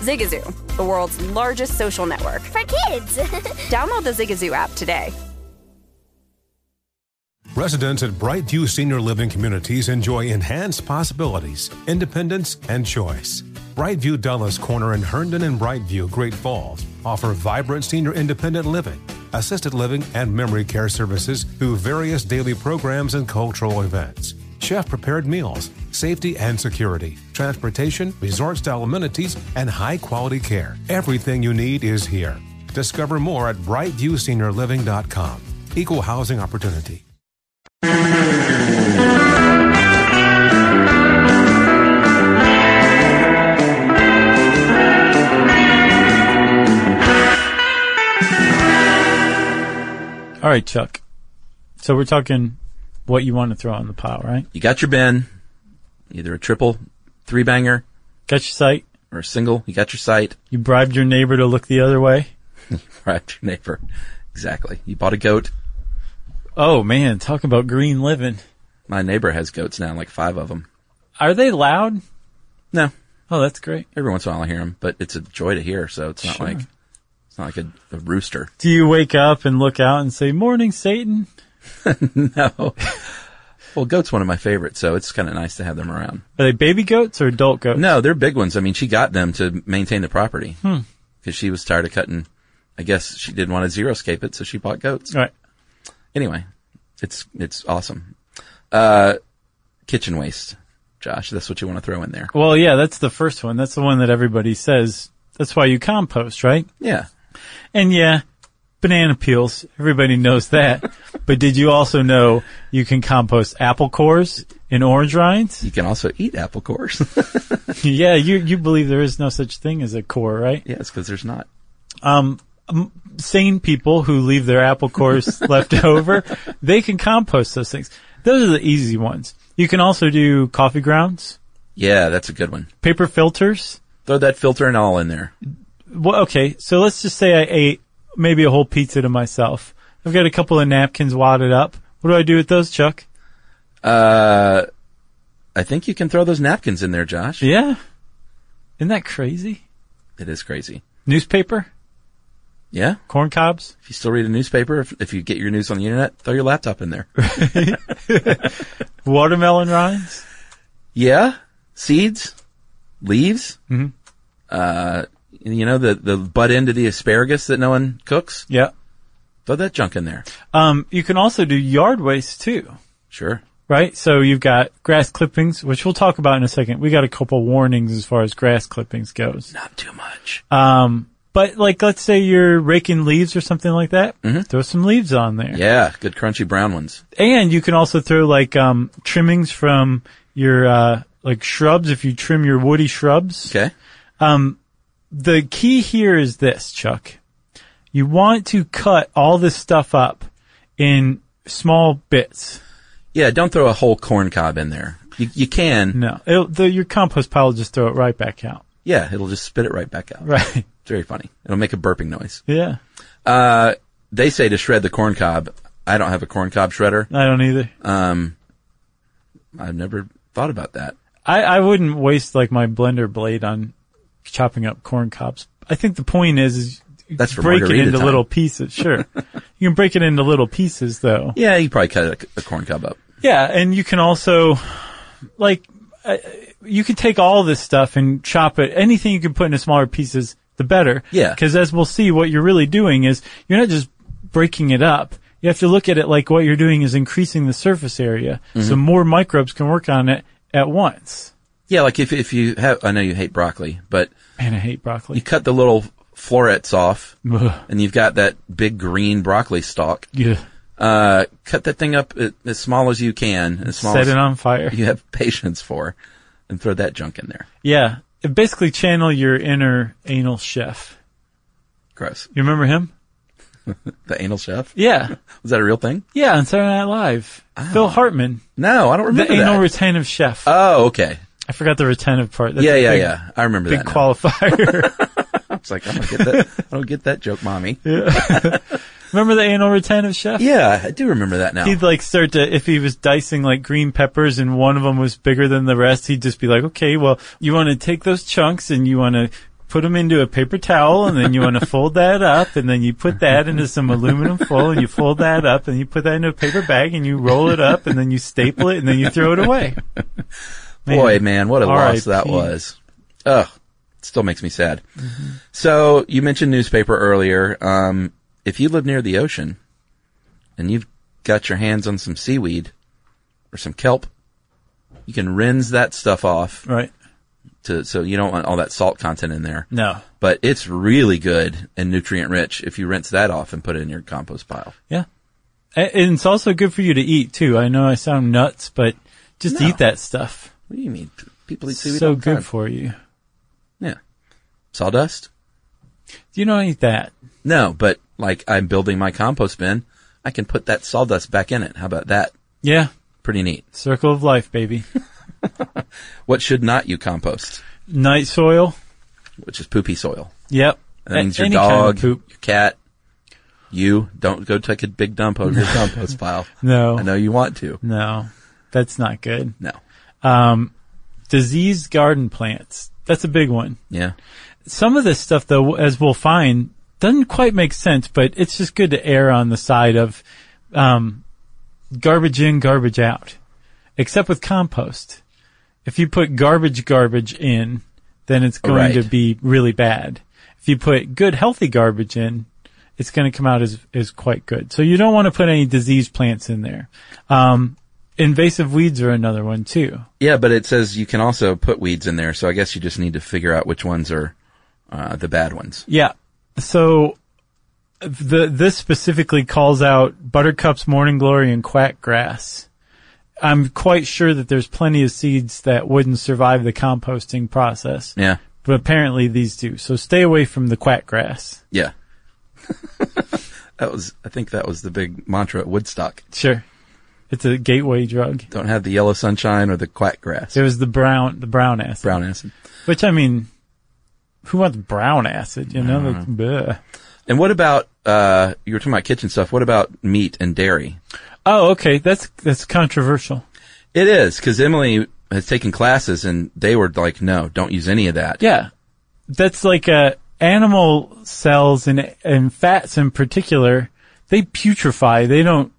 [SPEAKER 5] Zigazoo, the world's largest social network.
[SPEAKER 6] For kids!
[SPEAKER 5] Download the Zigazoo app today.
[SPEAKER 7] Residents at Brightview Senior Living Communities enjoy enhanced possibilities, independence, and choice. Brightview Dulles Corner in Herndon and Brightview, Great Falls, offer vibrant senior independent living, assisted living, and memory care services through various daily programs and cultural events. Chef prepared meals, safety and security, transportation, resort style amenities, and high quality care. Everything you need is here. Discover more at brightviewseniorliving.com. Equal housing opportunity.
[SPEAKER 3] All right, Chuck. So we're talking what you want to throw on the pile, right?
[SPEAKER 2] You got your bin, either a triple, three banger,
[SPEAKER 3] Got your site.
[SPEAKER 2] or a single. You got your sight.
[SPEAKER 3] You bribed your neighbor to look the other way.
[SPEAKER 2] Right, your neighbor. Exactly. You bought a goat.
[SPEAKER 3] Oh man, talk about green living.
[SPEAKER 2] My neighbor has goats now, like five of them.
[SPEAKER 3] Are they loud?
[SPEAKER 2] No,
[SPEAKER 3] Oh, that's great.
[SPEAKER 2] every once in a while I hear them, but it's a joy to hear. So it's not
[SPEAKER 3] Sure.
[SPEAKER 2] like it's not like a, a rooster.
[SPEAKER 3] Do you wake up and look out and say, "Morning, Satan"?
[SPEAKER 2] No. well, goat's one of my favorites, so it's kind of nice to have them around.
[SPEAKER 3] Are they baby goats or adult goats?
[SPEAKER 2] No, they're big ones. I mean, she got them to maintain the property because she was tired of cutting. I guess she didn't want to zero scape it, so she bought goats.
[SPEAKER 3] All right.
[SPEAKER 2] Anyway, it's it's awesome. Uh, kitchen waste, Josh. That's what you want to throw in there.
[SPEAKER 3] Well, yeah, that's the first one. That's the one that everybody says. That's why you compost, right?
[SPEAKER 2] Yeah.
[SPEAKER 3] And yeah, banana peels. Everybody knows that. But did you also know you can compost apple cores and orange rinds?
[SPEAKER 2] You can also eat apple cores.
[SPEAKER 3] yeah, you you believe there is no such thing as a core, right?
[SPEAKER 2] yes, because there's not.
[SPEAKER 3] um, m- sane people who leave their apple cores left over, they can compost those things. Those are the easy ones. You can also do coffee grounds,
[SPEAKER 2] Yeah, that's a good one.
[SPEAKER 3] paper filters.
[SPEAKER 2] Throw that filter and all in there.
[SPEAKER 3] Well, okay, so let's just say I ate maybe a whole pizza to myself. I've got a couple of napkins wadded up. What do I do with those, Chuck?
[SPEAKER 2] Uh, I think you can throw those napkins in there, Josh.
[SPEAKER 3] Yeah. Isn't that crazy?
[SPEAKER 2] It is crazy.
[SPEAKER 3] Newspaper?
[SPEAKER 2] Yeah.
[SPEAKER 3] Corn cobs?
[SPEAKER 2] If you still read a newspaper, if, if you get your news on the internet, throw your laptop in there.
[SPEAKER 3] Watermelon rinds?
[SPEAKER 2] yeah. Seeds, leaves, mm-hmm. uh, you know, the, the butt end of the asparagus that no one cooks,
[SPEAKER 3] Yeah.
[SPEAKER 2] throw that junk in there.
[SPEAKER 3] Um, you can also do yard waste too.
[SPEAKER 2] Sure.
[SPEAKER 3] right? So you've got grass clippings, which we'll talk about in a second. We got a couple warnings as far as grass clippings goes.
[SPEAKER 2] Not too much.
[SPEAKER 3] Um, but like, let's say you're raking leaves or something like that. Throw some leaves on there.
[SPEAKER 2] yeah. Good crunchy brown ones.
[SPEAKER 3] And you can also throw like, um, trimmings from your, uh, like shrubs. If you trim your woody shrubs,
[SPEAKER 2] Okay.
[SPEAKER 3] the key here is this, Chuck. You want to cut all this stuff up in small bits.
[SPEAKER 2] Yeah. Don't throw a whole corn cob in there. You, you can.
[SPEAKER 3] No, it'll, the, your compost pile will just throw it right back out.
[SPEAKER 2] Yeah. It'll just spit it right back out.
[SPEAKER 3] Right.
[SPEAKER 2] It's very funny. It'll make a burping noise.
[SPEAKER 3] Yeah.
[SPEAKER 2] Uh, they say to shred the corn cob. I don't have a corn cob shredder.
[SPEAKER 3] I don't either.
[SPEAKER 2] Um, I've never thought about that.
[SPEAKER 3] I, I wouldn't waste like my blender blade on chopping up corn cobs. I think the point is, is you
[SPEAKER 2] That's for
[SPEAKER 3] break it
[SPEAKER 2] margarita
[SPEAKER 3] into
[SPEAKER 2] time.
[SPEAKER 3] little pieces. Sure. you can break it into little pieces though.
[SPEAKER 2] Yeah, you probably cut a, a corn cob up.
[SPEAKER 3] Yeah. And you can also like, uh, you can take all this stuff and chop it. Anything you can put into smaller pieces, the better.
[SPEAKER 2] Yeah.
[SPEAKER 3] Cause as we'll see, what you're really doing is you're not just breaking it up. You have to look at it like what you're doing is increasing the surface area.
[SPEAKER 2] Mm-hmm.
[SPEAKER 3] So more microbes can work on it at once.
[SPEAKER 2] Yeah, like if if you have, I know you hate broccoli, but
[SPEAKER 3] Man, I hate
[SPEAKER 2] you
[SPEAKER 3] broccoli.
[SPEAKER 2] cut the little florets off,
[SPEAKER 3] Ugh.
[SPEAKER 2] and you've got that big green broccoli stalk.
[SPEAKER 3] Yeah.
[SPEAKER 2] Uh, cut that thing up a- as small as you can, as small
[SPEAKER 3] Set
[SPEAKER 2] as
[SPEAKER 3] it on fire.
[SPEAKER 2] you have patience for, and throw that junk in there.
[SPEAKER 3] Yeah. It basically channel your inner anal chef.
[SPEAKER 2] Gross.
[SPEAKER 3] You remember him?
[SPEAKER 2] The anal chef
[SPEAKER 3] Yeah.
[SPEAKER 2] was that a real thing?
[SPEAKER 3] Yeah, on Saturday Night Live.
[SPEAKER 2] Ah.
[SPEAKER 3] Phil Hartman,
[SPEAKER 2] No, I don't
[SPEAKER 3] the
[SPEAKER 2] remember that.
[SPEAKER 3] anal retentive chef.
[SPEAKER 2] oh, okay.
[SPEAKER 3] I forgot the retentive part. That's
[SPEAKER 2] yeah,
[SPEAKER 3] a
[SPEAKER 2] yeah,
[SPEAKER 3] big,
[SPEAKER 2] yeah. I remember
[SPEAKER 3] Big
[SPEAKER 2] that. now.
[SPEAKER 3] qualifier.
[SPEAKER 2] I was like, I don't get that. I don't get that joke, mommy. Yeah,
[SPEAKER 3] remember the anal retentive chef?
[SPEAKER 2] I do remember that now.
[SPEAKER 3] He'd like start to, if he was dicing like green peppers and one of them was bigger than the rest, he'd just be like, okay, well, you want to take those chunks and you want to put them into a paper towel and then you want to fold that up and then you put that into some aluminum foil and you fold that up and you put that into a paper bag and you roll it up and then you staple it and then you throw it away.
[SPEAKER 2] Boy, man, what a loss
[SPEAKER 3] R.I.P..
[SPEAKER 2] that was. Ugh, it still makes me sad.
[SPEAKER 3] Mm-hmm.
[SPEAKER 2] So you mentioned newspaper earlier. Um, if you live near the ocean and you've got your hands on some seaweed or some kelp, you can rinse that stuff off
[SPEAKER 3] Right.
[SPEAKER 2] to so you don't want all that salt content in there.
[SPEAKER 3] No.
[SPEAKER 2] But it's really good and nutrient rich if you rinse that off and put it in your compost pile.
[SPEAKER 3] Yeah. A- And it's also good for you to eat too. I know I sound nuts, but just
[SPEAKER 2] No.
[SPEAKER 3] eat that stuff.
[SPEAKER 2] What do you mean? People eat seaweed all
[SPEAKER 3] So
[SPEAKER 2] the time.
[SPEAKER 3] good for you.
[SPEAKER 2] yeah. Sawdust?
[SPEAKER 3] You don't eat that.
[SPEAKER 2] No, but like I'm building my compost bin, I can put that sawdust back in it. How about that?
[SPEAKER 3] Yeah.
[SPEAKER 2] Pretty neat.
[SPEAKER 3] Circle of life, baby.
[SPEAKER 2] What should not you compost?
[SPEAKER 3] Night soil.
[SPEAKER 2] Which is poopy soil.
[SPEAKER 3] Yep.
[SPEAKER 2] That means
[SPEAKER 3] A-
[SPEAKER 2] your
[SPEAKER 3] any
[SPEAKER 2] dog,
[SPEAKER 3] Kind of poop.
[SPEAKER 2] your cat, you don't go take a big dump over your compost pile.
[SPEAKER 3] No.
[SPEAKER 2] I know you want to.
[SPEAKER 3] No. That's not good.
[SPEAKER 2] No.
[SPEAKER 3] Um, diseased garden plants. That's a big one.
[SPEAKER 2] Yeah.
[SPEAKER 3] Some of this stuff though, as we'll find, doesn't quite make sense, but it's just good to err on the side of, um, garbage in, garbage out. Except with compost. If you put garbage, garbage in, then it's going
[SPEAKER 2] Right.
[SPEAKER 3] to be really bad. If you put good, healthy garbage in, it's going to come out as, as quite good. So you don't want to put any diseased plants in there. Um, invasive weeds are another one too.
[SPEAKER 2] Yeah, but it says you can also put weeds in there, so I guess you just need to figure out which ones are uh, the bad ones.
[SPEAKER 3] Yeah. So the this specifically calls out buttercups, morning glory, and quack grass. I'm quite sure that there's plenty of seeds that wouldn't survive the composting process,
[SPEAKER 2] Yeah.
[SPEAKER 3] but apparently these do. So stay away from the quack grass.
[SPEAKER 2] Yeah. that was, I think that was the big mantra at Woodstock.
[SPEAKER 3] Sure, it's a gateway drug.
[SPEAKER 2] Don't have the yellow sunshine or the quack grass.
[SPEAKER 3] It was the brown, the brown acid,
[SPEAKER 2] Brown acid.
[SPEAKER 3] which I mean, who wants brown acid? You know, like, bleh.
[SPEAKER 2] And what about, uh, you were talking about kitchen stuff. What about meat and dairy?
[SPEAKER 3] Oh, okay. That's that's controversial.
[SPEAKER 2] It is, cause Emily has taken classes and they were like, no, don't use any of that.
[SPEAKER 3] Yeah, that's like uh, animal cells and and fats in particular. They putrefy. They don't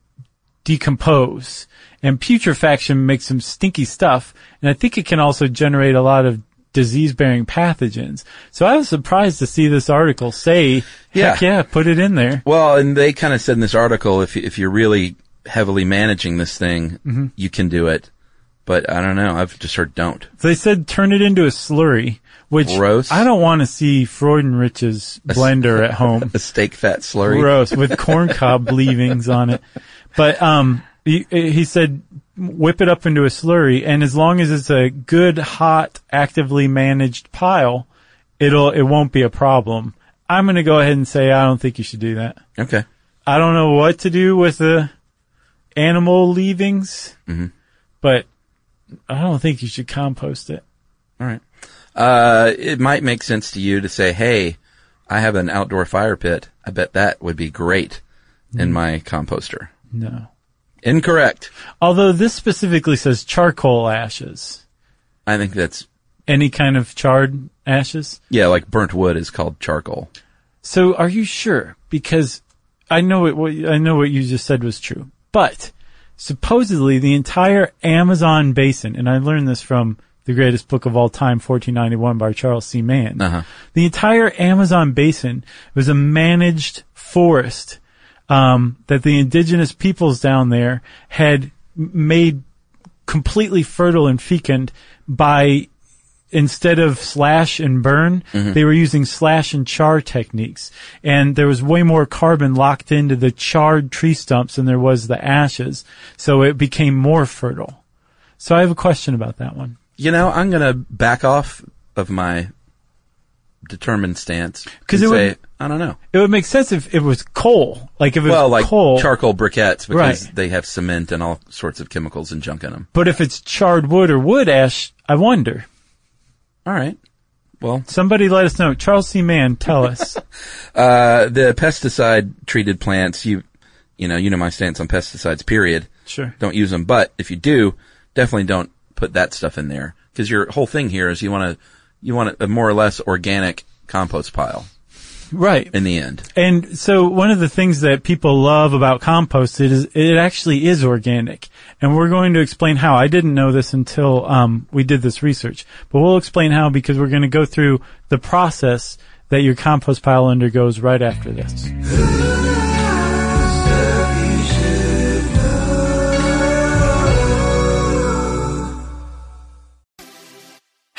[SPEAKER 3] decompose, and putrefaction makes some stinky stuff. And I think it can also generate a lot of disease-bearing pathogens. So I was surprised to see this article say,
[SPEAKER 2] Yeah.
[SPEAKER 3] "Heck yeah, put it in there."
[SPEAKER 2] Well, and they kind of said in this article, if, if you're really heavily managing this thing,
[SPEAKER 3] Mm-hmm.
[SPEAKER 2] you can do it. But I don't know. I've just heard don't.
[SPEAKER 3] They said turn it into a slurry, which
[SPEAKER 2] Gross.
[SPEAKER 3] I don't want to see Freudenrich's blender at home.
[SPEAKER 2] A steak fat slurry.
[SPEAKER 3] Gross with corn cob leavings on it. But um, he, he said whip it up into a slurry, and as long as it's a good, hot, actively managed pile, it'll it won't be a problem. I'm going to go ahead and say I don't think you should do that.
[SPEAKER 2] Okay.
[SPEAKER 3] I don't know what to do with the animal leavings, but I don't think you should compost it.
[SPEAKER 2] All right. Uh, it might make sense to you to say, Hey, I have an outdoor fire pit. I bet that would be great
[SPEAKER 3] Mm-hmm.
[SPEAKER 2] in my composter.
[SPEAKER 3] No.
[SPEAKER 2] Incorrect.
[SPEAKER 3] Although this specifically says charcoal ashes.
[SPEAKER 2] I think that's,
[SPEAKER 3] Any kind of charred ashes.
[SPEAKER 2] yeah, like burnt wood is called charcoal.
[SPEAKER 3] So are you sure? Because I know it, what, I know what you just said was true, but supposedly the entire Amazon basin, and I learned this from the greatest book of all time, 1491 by Charles C. Mann.
[SPEAKER 2] Uh-huh.
[SPEAKER 3] The entire Amazon basin was a managed forest, um, that the indigenous peoples down there had m- made completely fertile and fecund by instead of slash and burn,
[SPEAKER 2] Mm-hmm.
[SPEAKER 3] they were using slash and char techniques. And there was way more carbon locked into the charred tree stumps than there was the ashes. So it became more fertile. So I have a question about that one.
[SPEAKER 2] You know, I'm going to back off of my determined stance.
[SPEAKER 3] 'Cause
[SPEAKER 2] and
[SPEAKER 3] it
[SPEAKER 2] say,
[SPEAKER 3] would-
[SPEAKER 2] I don't know.
[SPEAKER 3] It would make sense if it was coal. Like if it
[SPEAKER 2] Well,
[SPEAKER 3] was
[SPEAKER 2] like
[SPEAKER 3] coal.
[SPEAKER 2] charcoal briquettes because
[SPEAKER 3] Right.
[SPEAKER 2] they have cement and all sorts of chemicals and junk in them.
[SPEAKER 3] but if it's charred wood or wood ash, I wonder.
[SPEAKER 2] All right. Well,
[SPEAKER 3] Somebody let us know. Charles C. Mann, tell us.
[SPEAKER 2] Uh, the pesticide treated plants, you, you know, you know my stance on pesticides, period.
[SPEAKER 3] sure.
[SPEAKER 2] Don't use them. But if you do, definitely don't put that stuff in there. Cause your whole thing here is you want to, you want a more or less organic compost pile
[SPEAKER 3] Right.
[SPEAKER 2] in the end.
[SPEAKER 3] And so one of the things that people love about compost it is it actually is organic. And we're going to explain how. I didn't know this until um, we did this research, but we'll explain how because we're going to go through the process that your compost pile undergoes right after this.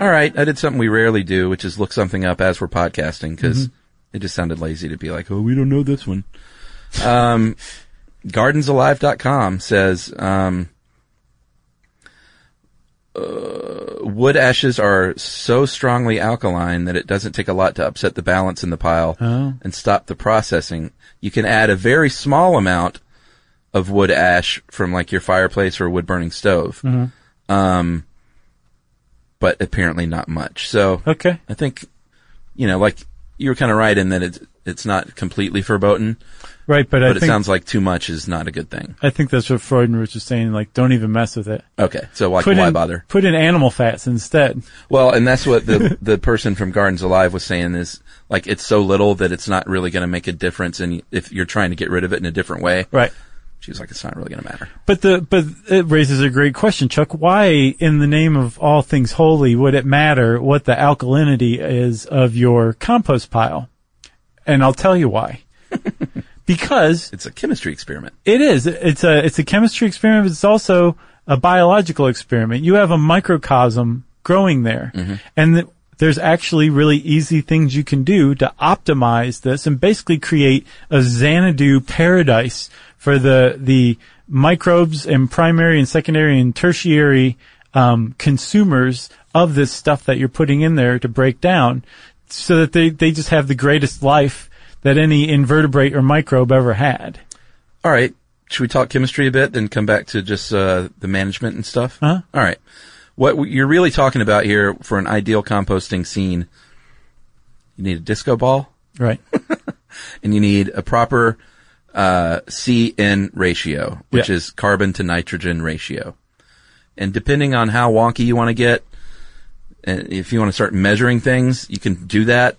[SPEAKER 2] All right, I did something we rarely do, which is look something up as we're podcasting because it just sounded lazy to be like, "Oh, we don't know this one." Um, gardensalive.com says um, uh, wood ashes are so strongly alkaline that it doesn't take a lot to upset the balance in the pile and stop the processing. You can add a very small amount of wood ash from like your fireplace or wood burning stove. Um, but apparently not much. So
[SPEAKER 3] Okay.
[SPEAKER 2] I think, you know, like you were kind of right in that it's it's not completely verboten,
[SPEAKER 3] Right, but, I
[SPEAKER 2] but it
[SPEAKER 3] think
[SPEAKER 2] sounds like too much is not a good thing.
[SPEAKER 3] I think that's what Freudenrich was saying. Like, don't even mess with it.
[SPEAKER 2] Okay, so like,
[SPEAKER 3] put
[SPEAKER 2] why
[SPEAKER 3] in,
[SPEAKER 2] bother?
[SPEAKER 3] Put in animal fats instead.
[SPEAKER 2] Well, and that's what the the person from Gardens Alive was saying is like it's so little that it's not really going to make a difference, and if you're trying to get rid of it in a different way,
[SPEAKER 3] Right.
[SPEAKER 2] she was like, it's not really going to matter.
[SPEAKER 3] But the but it raises a great question, Chuck. Why, in the name of all things holy, would it matter what the alkalinity is of your compost pile? And I'll tell you why. because
[SPEAKER 2] It's a chemistry experiment.
[SPEAKER 3] it is. It's a it's a chemistry experiment. But it's also a biological experiment. You have a microcosm growing there, and th- there's actually really easy things you can do to optimize this and basically create a Xanadu paradise for the the microbes and primary and secondary and tertiary um, consumers of this stuff that you're putting in there to break down, so that they they just have the greatest life that any invertebrate or microbe ever had.
[SPEAKER 2] All right. Should we talk chemistry a bit, then come back to just uh, the management and stuff?
[SPEAKER 3] Huh?
[SPEAKER 2] All right. What w- you're really talking about here for an ideal composting scene, you need a disco ball
[SPEAKER 3] Right.
[SPEAKER 2] and you need a proper uh, CN ratio, which
[SPEAKER 3] Yeah.
[SPEAKER 2] is carbon to nitrogen ratio. And depending on how wonky you want to get, and if you want to start measuring things, you can do that.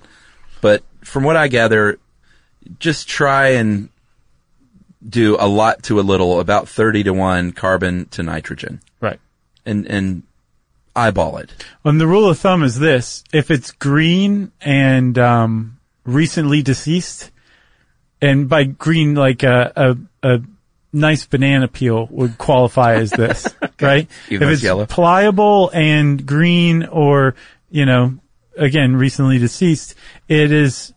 [SPEAKER 2] But from what I gather, just try and do a lot to a little, about 30 to 1 carbon to nitrogen
[SPEAKER 3] Right.
[SPEAKER 2] and, and eyeball it.
[SPEAKER 3] And the rule of thumb is this: if it's green and um, recently deceased, and by green, like a, a a nice banana peel would qualify as this, right?
[SPEAKER 2] Even though
[SPEAKER 3] if
[SPEAKER 2] it's
[SPEAKER 3] it's
[SPEAKER 2] yellow.
[SPEAKER 3] pliable and green, or you know, again, recently deceased, it is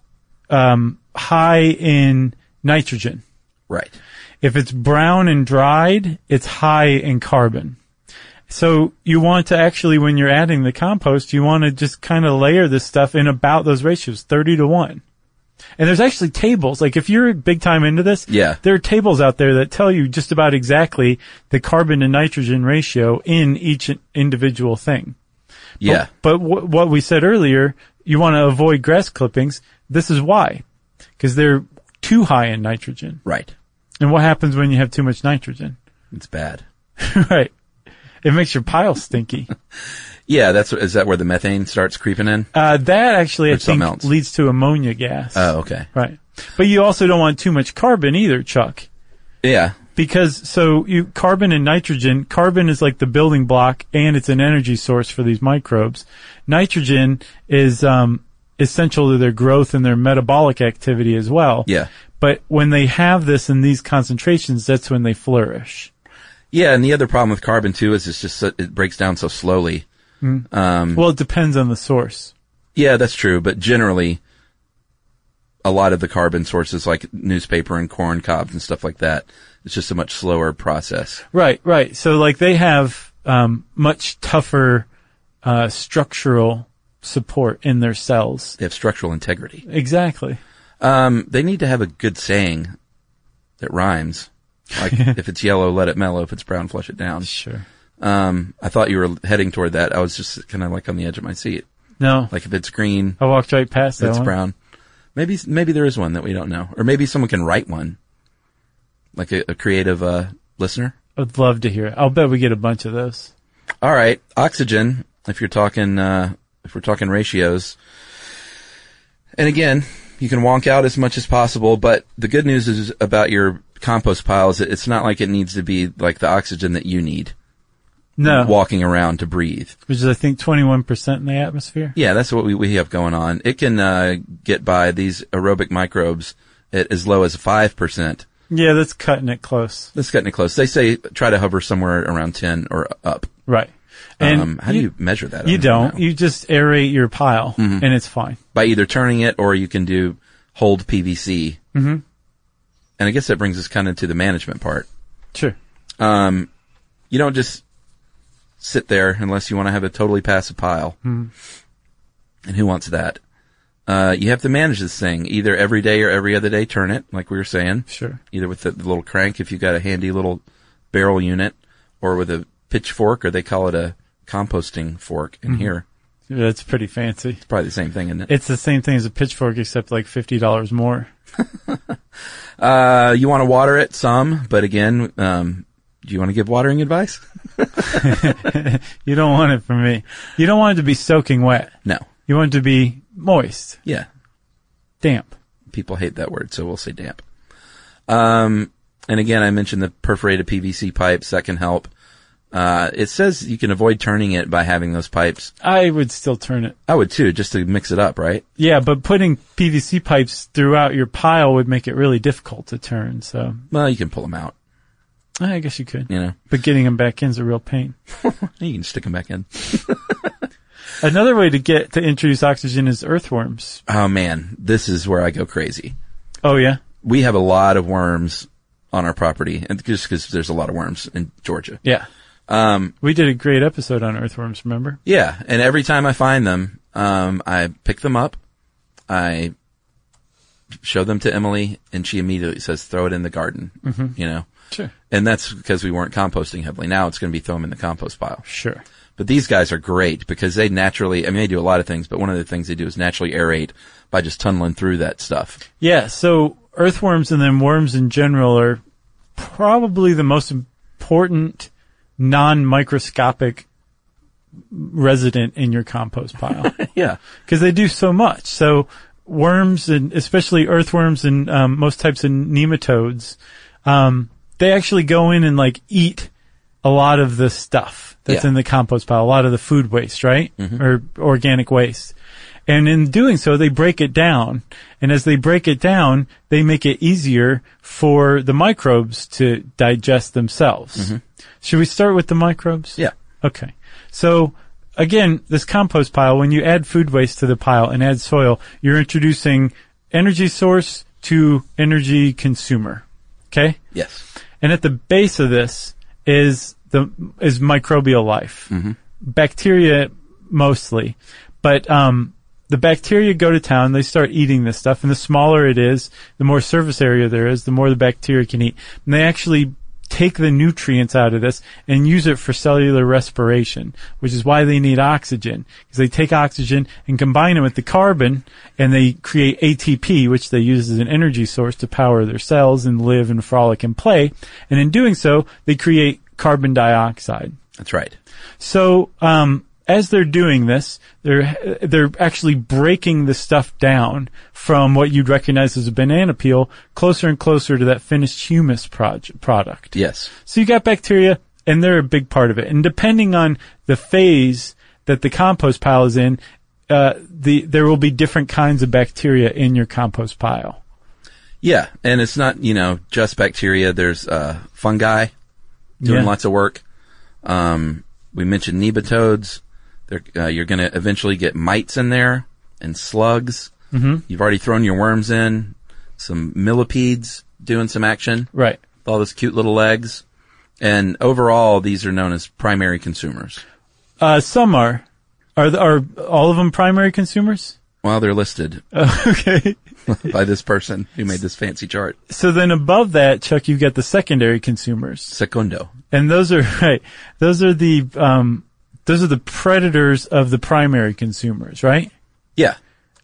[SPEAKER 3] um, high in nitrogen.
[SPEAKER 2] Right.
[SPEAKER 3] If it's brown and dried, it's high in carbon. So you want to actually, when you're adding the compost, you want to just kind of layer this stuff in about those ratios, 30 to 1. And there's actually tables, like if you're big time into this,
[SPEAKER 2] Yeah.
[SPEAKER 3] there are tables out there that tell you just about exactly the carbon to nitrogen ratio in each individual thing.
[SPEAKER 2] Yeah.
[SPEAKER 3] But, but wh- what we said earlier, you want to avoid grass clippings. This is why. Because they're too high in nitrogen.
[SPEAKER 2] Right.
[SPEAKER 3] And what happens when you have too much nitrogen?
[SPEAKER 2] It's bad.
[SPEAKER 3] right. It makes your pile stinky.
[SPEAKER 2] Yeah. That's, is that where the methane starts creeping in?
[SPEAKER 3] Uh, that actually, I
[SPEAKER 2] Or something
[SPEAKER 3] think,
[SPEAKER 2] else.
[SPEAKER 3] leads to ammonia gas.
[SPEAKER 2] Oh, okay.
[SPEAKER 3] Right. But you also don't want too much carbon either, Chuck.
[SPEAKER 2] Yeah.
[SPEAKER 3] Because, so you, carbon and nitrogen, carbon is like the building block and it's an energy source for these microbes. Nitrogen is, um, essential to their growth and their metabolic activity as well.
[SPEAKER 2] Yeah.
[SPEAKER 3] But when they have this in these concentrations, that's when they flourish.
[SPEAKER 2] Yeah, and the other problem with carbon too is it's just so- it breaks down so slowly. Um,
[SPEAKER 3] Well, it depends on the source.
[SPEAKER 2] Yeah, that's true, but generally, a lot of the carbon sources like newspaper and corn cobs and stuff like that, it's just a much slower process.
[SPEAKER 3] Right, right. So like they have um, much tougher uh, structural support in their cells.
[SPEAKER 2] They have structural integrity.
[SPEAKER 3] Exactly.
[SPEAKER 2] Um, they need to have a good saying that rhymes. Like if it's yellow, let it mellow. If it's brown, flush it down.
[SPEAKER 3] Sure.
[SPEAKER 2] Um, I thought you were heading toward that. I was just kind of like on the edge of my seat.
[SPEAKER 3] No,
[SPEAKER 2] Like if it's green,
[SPEAKER 3] I walked right past that
[SPEAKER 2] That's
[SPEAKER 3] one.
[SPEAKER 2] brown. Maybe maybe there is one that we don't know, or maybe someone can write one, like a, a creative uh, listener.
[SPEAKER 3] I'd love to hear it. I'll bet we get a bunch of those.
[SPEAKER 2] All right, oxygen. If you're talking, uh, if we're talking ratios, and again, you can wonk out as much as possible. But the good news is about your compost pile is that it's not like it needs to be like the oxygen that you need.
[SPEAKER 3] No.
[SPEAKER 2] walking around to breathe.
[SPEAKER 3] which is I think 21% in the atmosphere.
[SPEAKER 2] Yeah, that's what we, we have going on. It can uh, get by these aerobic microbes at as low as 5%.
[SPEAKER 3] Yeah, that's cutting it close.
[SPEAKER 2] That's getting it close. They say try to hover somewhere around 10 or up.
[SPEAKER 3] Right. And
[SPEAKER 2] um, how do you measure that? Mm-hmm. I
[SPEAKER 3] You
[SPEAKER 2] don't
[SPEAKER 3] don't.
[SPEAKER 2] know.
[SPEAKER 3] You just aerate your pile and it's fine.
[SPEAKER 2] by either turning it or you can do hold PVC. Mm-hmm. And I guess that brings us kind of to the management part.
[SPEAKER 3] Sure.
[SPEAKER 2] Um, you don't just sit there unless you want to have a totally passive pile. And who wants that? Uh, you have to manage this thing either every day or every other day. Turn it, like we were saying.
[SPEAKER 3] Sure.
[SPEAKER 2] Either with the, the little crank if you've got a handy little barrel unit, or with a pitchfork, or they call it a composting fork in here.
[SPEAKER 3] That's pretty fancy.
[SPEAKER 2] It's probably the same thing, isn't it?
[SPEAKER 3] It's the same thing as a pitchfork except like $50 more.
[SPEAKER 2] Uh, you want to water it some, but again, um, do you want to give watering advice?
[SPEAKER 3] You don't want it from me. You don't want it to be soaking wet.
[SPEAKER 2] No.
[SPEAKER 3] You want it to be moist,
[SPEAKER 2] Yeah.
[SPEAKER 3] damp.
[SPEAKER 2] people hate that word, so we'll say damp. Um, and again, I mentioned the perforated PVC pipes that can help. Uh, it says you can avoid turning it by having those pipes.
[SPEAKER 3] I would still turn it.
[SPEAKER 2] I would too, just to mix it up, right?
[SPEAKER 3] Yeah, but putting PVC pipes throughout your pile would make it really difficult to turn. So eh,
[SPEAKER 2] Well, you can pull them out,
[SPEAKER 3] I guess you could.
[SPEAKER 2] you know,
[SPEAKER 3] But getting them back in is a real pain.
[SPEAKER 2] you can stick them back in.
[SPEAKER 3] Another way to get to introduce oxygen is earthworms.
[SPEAKER 2] Oh man, this is where I go crazy.
[SPEAKER 3] Oh yeah.
[SPEAKER 2] We have a lot of worms on our property and just because there's a lot of worms in Georgia.
[SPEAKER 3] Yeah. Um, we did a great episode on earthworms, remember?
[SPEAKER 2] Yeah, and every time I find them, um, I pick them up, I show them to Emily, and she immediately says, "Throw it in the garden." Mm-hmm. You know,
[SPEAKER 3] Sure.
[SPEAKER 2] and that's because we weren't composting heavily. Now it's going to be throw them in the compost pile.
[SPEAKER 3] Sure.
[SPEAKER 2] But these guys are great because they naturally—I mean, they do a lot of things, but one of the things they do is naturally aerate by just tunneling through that stuff.
[SPEAKER 3] Yeah, so earthworms and then worms in general are probably the most important non-microscopic resident in your compost pile.
[SPEAKER 2] Yeah,
[SPEAKER 3] because they do so much. So worms and especially earthworms and um, most types of nematodes, um, they actually go in and like eat a lot of the stuff that's
[SPEAKER 2] Yeah.
[SPEAKER 3] in the compost pile, a lot of the food waste, right, or organic waste. And in doing so, they break it down. And as they break it down, they make it easier for the microbes to digest themselves. Should we start with the microbes?
[SPEAKER 2] yeah.
[SPEAKER 3] Okay. So again, this compost pile, when you add food waste to the pile and add soil, you're introducing energy source to energy consumer. Okay.
[SPEAKER 2] Yes.
[SPEAKER 3] And at the base of this is the, is microbial life. Bacteria mostly. But, um, the bacteria go to town, they start eating this stuff, and the smaller it is, the more surface area there is, the more the bacteria can eat. And they actually take the nutrients out of this and use it for cellular respiration, which is why they need oxygen. Because they take oxygen and combine it with the carbon and they create ATP, which they use as an energy source to power their cells and live and frolic and play. And in doing so, they create carbon dioxide.
[SPEAKER 2] That's right.
[SPEAKER 3] So, um, as they're doing this, they're they're actually breaking the stuff down from what you'd recognize as a banana peel closer and closer to that finished humus proj- product.
[SPEAKER 2] Yes.
[SPEAKER 3] So you got bacteria, and they're a big part of it. And depending on the phase that the compost pile is in, uh, the there will be different kinds of bacteria in your compost pile.
[SPEAKER 2] Yeah, and it's not you know just bacteria. There's uh, fungi doing
[SPEAKER 3] Yeah.
[SPEAKER 2] lots of work. Um, we mentioned nematodes. They're, uh, you're going to eventually get mites in there and slugs. Mm-hmm. You've already thrown your worms in. Some millipedes doing some action
[SPEAKER 3] Right.
[SPEAKER 2] with all those cute little legs. And overall, these are known as primary consumers.
[SPEAKER 3] Uh, some are are the, are all of them primary consumers?
[SPEAKER 2] Well, they're listed
[SPEAKER 3] Okay.
[SPEAKER 2] by this person who made this fancy chart.
[SPEAKER 3] So then above that, Chuck, you've got the secondary consumers.
[SPEAKER 2] Secundo.
[SPEAKER 3] And those are, right, those are the, um, those are the predators of the primary consumers, right?
[SPEAKER 2] Yeah.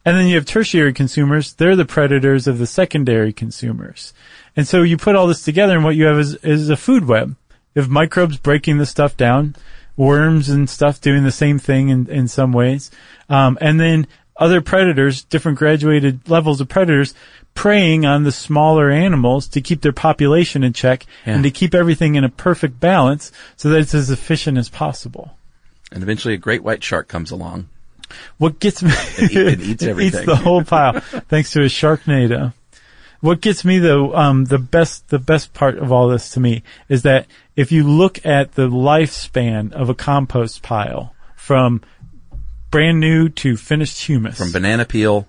[SPEAKER 3] And then you have tertiary consumers. They're the predators of the secondary consumers. And so you put all this together and what you have is, is a food web. You have microbes breaking this stuff down, worms and stuff doing the same thing in, in some ways. Um, and then other predators, different graduated levels of predators, preying on the smaller animals to keep their population in check
[SPEAKER 2] Yeah.
[SPEAKER 3] and to keep everything in a perfect balance so that it's as efficient as possible.
[SPEAKER 2] And eventually a great white shark comes along.
[SPEAKER 3] What gets me?
[SPEAKER 2] eat- it eats everything.
[SPEAKER 3] the whole pile, thanks to his Sharknado. What gets me though, um, the best, the best part of all this to me is that if you look at the lifespan of a compost pile from brand new to finished humus
[SPEAKER 2] From banana peel,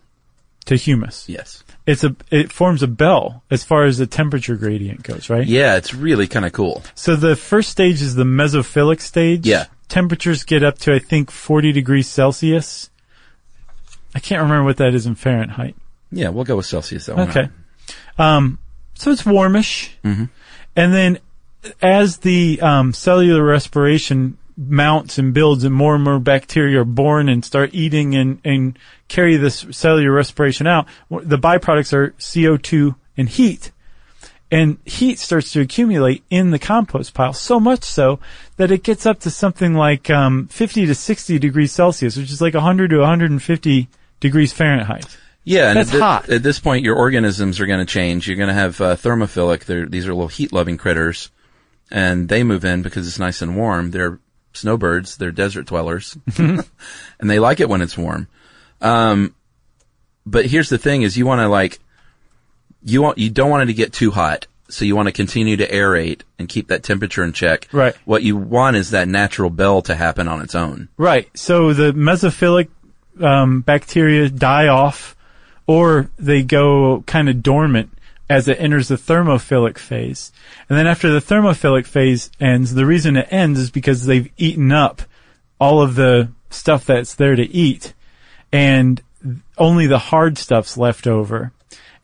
[SPEAKER 3] to humus,
[SPEAKER 2] yes.
[SPEAKER 3] it's a, it forms a bell as far as the temperature gradient goes, right?
[SPEAKER 2] Yeah, it's really kind of cool.
[SPEAKER 3] So the first stage is the mesophilic stage.
[SPEAKER 2] Yeah.
[SPEAKER 3] Temperatures get up to, I think, 40 degrees Celsius. I can't remember what that is in Fahrenheit.
[SPEAKER 2] Yeah, we'll go with Celsius though. Why not?
[SPEAKER 3] Okay. Um, so it's warmish. And then as the um, cellular respiration mounts and builds and more and more bacteria are born and start eating and, and carry this cellular respiration out, wh- the byproducts are CO2 and heat. And heat starts to accumulate in the compost pile, so much so that it gets up to something like um, 50 to 60 degrees Celsius, which is like 100 to 150 degrees Fahrenheit.
[SPEAKER 2] Yeah, and
[SPEAKER 3] That's
[SPEAKER 2] at, thi-
[SPEAKER 3] hot.
[SPEAKER 2] at this point, your organisms are going to change. You're going to have uh, thermophilic. They're, these are little heat-loving critters, and they move in because it's nice and warm. They're snowbirds. They're desert dwellers,
[SPEAKER 3] Mm-hmm.
[SPEAKER 2] and they like it when it's warm. Um, but here's the thing: is you want to like you want you don't want it to get too hot, so you want to continue to aerate and keep that temperature in check.
[SPEAKER 3] Right.
[SPEAKER 2] What you want is that natural bell to happen on its own.
[SPEAKER 3] Right. So the mesophilic um, bacteria die off, or they go kind of dormant as it enters the thermophilic phase. And then after the thermophilic phase ends, the reason it ends is because they've eaten up all of the stuff that's there to eat, and only the hard stuff's left over.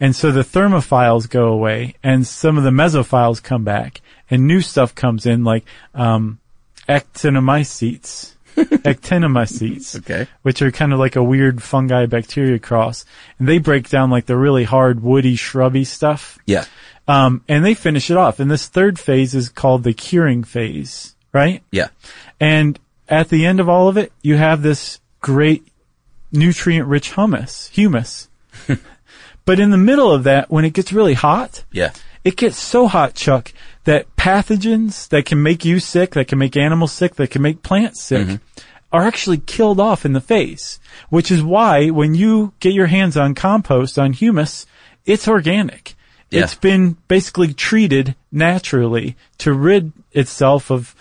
[SPEAKER 3] And so the thermophiles go away, and some of the mesophiles come back, and new stuff comes in, like um, actinomycetes. actinomycetes.
[SPEAKER 2] Okay.
[SPEAKER 3] Which are kind of like a weird fungi bacteria cross. And they break down like the really hard woody shrubby stuff.
[SPEAKER 2] Yeah.
[SPEAKER 3] Um, and they finish it off. And this third phase is called the curing phase, right?
[SPEAKER 2] Yeah.
[SPEAKER 3] And at the end of all of it, you have this great nutrient rich hummus, humus. but in the middle of that, when it gets really hot,
[SPEAKER 2] Yeah.
[SPEAKER 3] it gets so hot, Chuck, that pathogens that can make you sick, that can make animals sick, that can make plants sick, are actually killed off in the phase. Which is why when you get your hands on compost, on humus, it's organic.
[SPEAKER 2] Yeah.
[SPEAKER 3] It's been basically treated naturally to rid itself of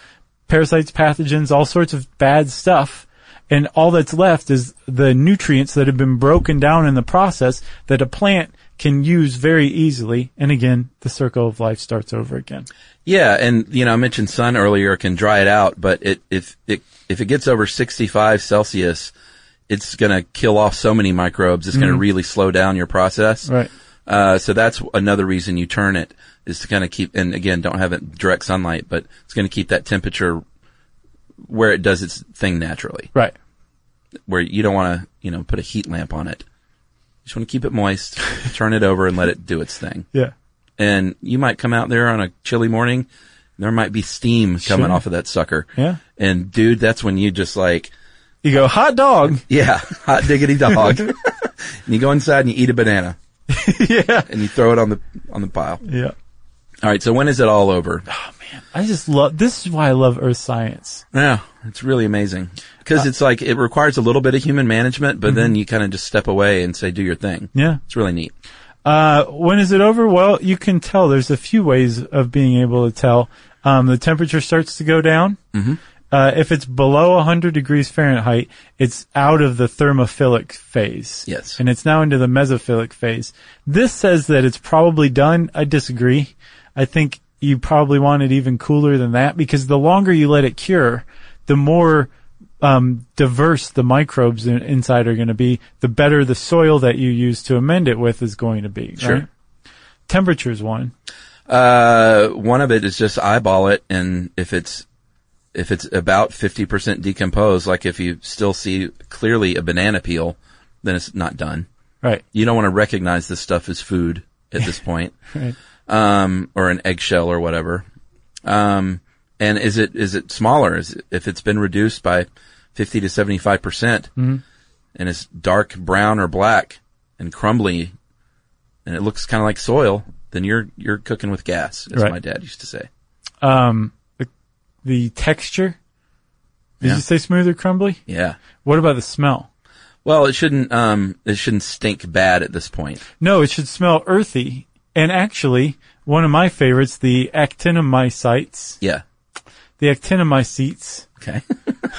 [SPEAKER 3] parasites, pathogens, all sorts of bad stuff. And all that's left is the nutrients that have been broken down in the process that a plant can use very easily. And again, the circle of life starts over again.
[SPEAKER 2] Yeah, and you know, I mentioned sun earlier can dry it out, but it if it if it gets over 65 Celsius, it's going to kill off so many microbes. It's going to really slow down your process.
[SPEAKER 3] Right.
[SPEAKER 2] Uh, so that's another reason you turn it is to kind of keep, and again, don't have it direct sunlight, but it's going to keep that temperature where it does its thing naturally,
[SPEAKER 3] Right.
[SPEAKER 2] where you don't want to, you know, put a heat lamp on it. You just want to keep it moist, turn it over and let it do its thing
[SPEAKER 3] Yeah.
[SPEAKER 2] and you might come out there on a chilly morning. There might be steam coming
[SPEAKER 3] Sure.
[SPEAKER 2] off of that sucker.
[SPEAKER 3] Yeah.
[SPEAKER 2] And dude, that's when you just like,
[SPEAKER 3] You go, hot dog.
[SPEAKER 2] yeah, hot diggity dog. and you go inside and you eat a banana
[SPEAKER 3] yeah.
[SPEAKER 2] and you throw it on the, on the pile.
[SPEAKER 3] Yeah.
[SPEAKER 2] All right. So when is it all over?
[SPEAKER 3] I just love, this is why I love earth science.
[SPEAKER 2] Yeah. It's really amazing because
[SPEAKER 3] Uh,
[SPEAKER 2] it's like, it requires a little bit of human management, but then you kind of just step away and say, do your thing.
[SPEAKER 3] mm-hmm. Yeah.
[SPEAKER 2] It's really neat.
[SPEAKER 3] Uh, when is it over? Well, you can tell. There's a few ways of being able to tell. Um, the temperature starts to go down. Mm-hmm. Uh, if it's below 100 degrees Fahrenheit, it's out of the thermophilic phase.
[SPEAKER 2] Yes.
[SPEAKER 3] And it's now into the mesophilic phase. This says that it's probably done. I disagree. I think you probably want it even cooler than that because the longer you let it cure, the more um, diverse the microbes in, inside are going to be, the better the soil that you use to amend it with is going to be.
[SPEAKER 2] Sure.
[SPEAKER 3] Right? Temperature's one.
[SPEAKER 2] Uh, one of it is just eyeball it, and if it's if it's about fifty percent decomposed, like if you still see clearly a banana peel, then it's not done.
[SPEAKER 3] Right.
[SPEAKER 2] You don't want to recognize this stuff as food at this point,
[SPEAKER 3] Right.
[SPEAKER 2] um, or an eggshell or whatever. Um, and is it is it smaller? Is it, if it's been reduced by fifty to seventy five percent, and it's dark brown or black and crumbly and it looks kind of like soil, then you're, you're cooking with gas, as
[SPEAKER 3] Right.
[SPEAKER 2] my dad used to say.
[SPEAKER 3] Um, the, the texture. Did
[SPEAKER 2] Yeah.
[SPEAKER 3] you say smooth or crumbly?
[SPEAKER 2] Yeah.
[SPEAKER 3] What about the smell?
[SPEAKER 2] Well, it shouldn't, um, it shouldn't stink bad at this point.
[SPEAKER 3] No, it should smell earthy. And actually, one of my favorites, the actinomycetes,
[SPEAKER 2] Yeah.
[SPEAKER 3] the actinomycetes,
[SPEAKER 2] Okay.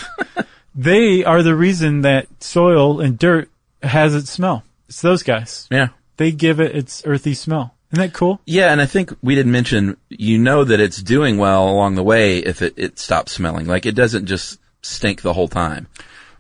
[SPEAKER 3] they are the reason that soil and dirt has its smell. It's those guys.
[SPEAKER 2] yeah.
[SPEAKER 3] They give it its earthy smell. Isn't that cool?
[SPEAKER 2] Yeah, and I think we did mention you know that it's doing well along the way if it, it stops smelling. Like it doesn't just stink the whole time.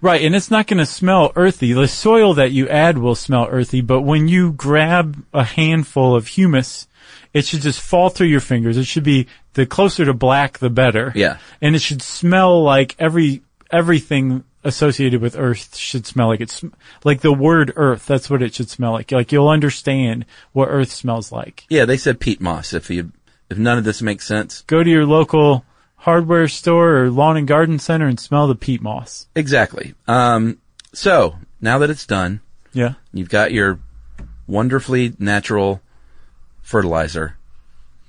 [SPEAKER 3] Right, and it's not going to smell earthy. The soil that you add will smell earthy, but when you grab a handful of humus, it should just fall through your fingers. It should be the closer to black, the better.
[SPEAKER 2] Yeah.
[SPEAKER 3] and it should smell like every everything associated with earth should smell like it's like the word earth. That's what it should smell like. Like you'll understand what earth smells like.
[SPEAKER 2] Yeah, they said peat moss. If you if none of this makes sense,
[SPEAKER 3] Go to your local hardware store or lawn and garden center and smell the peat moss.
[SPEAKER 2] exactly. Um, so now that it's done,
[SPEAKER 3] Yeah.
[SPEAKER 2] you've got your wonderfully natural fertilizer.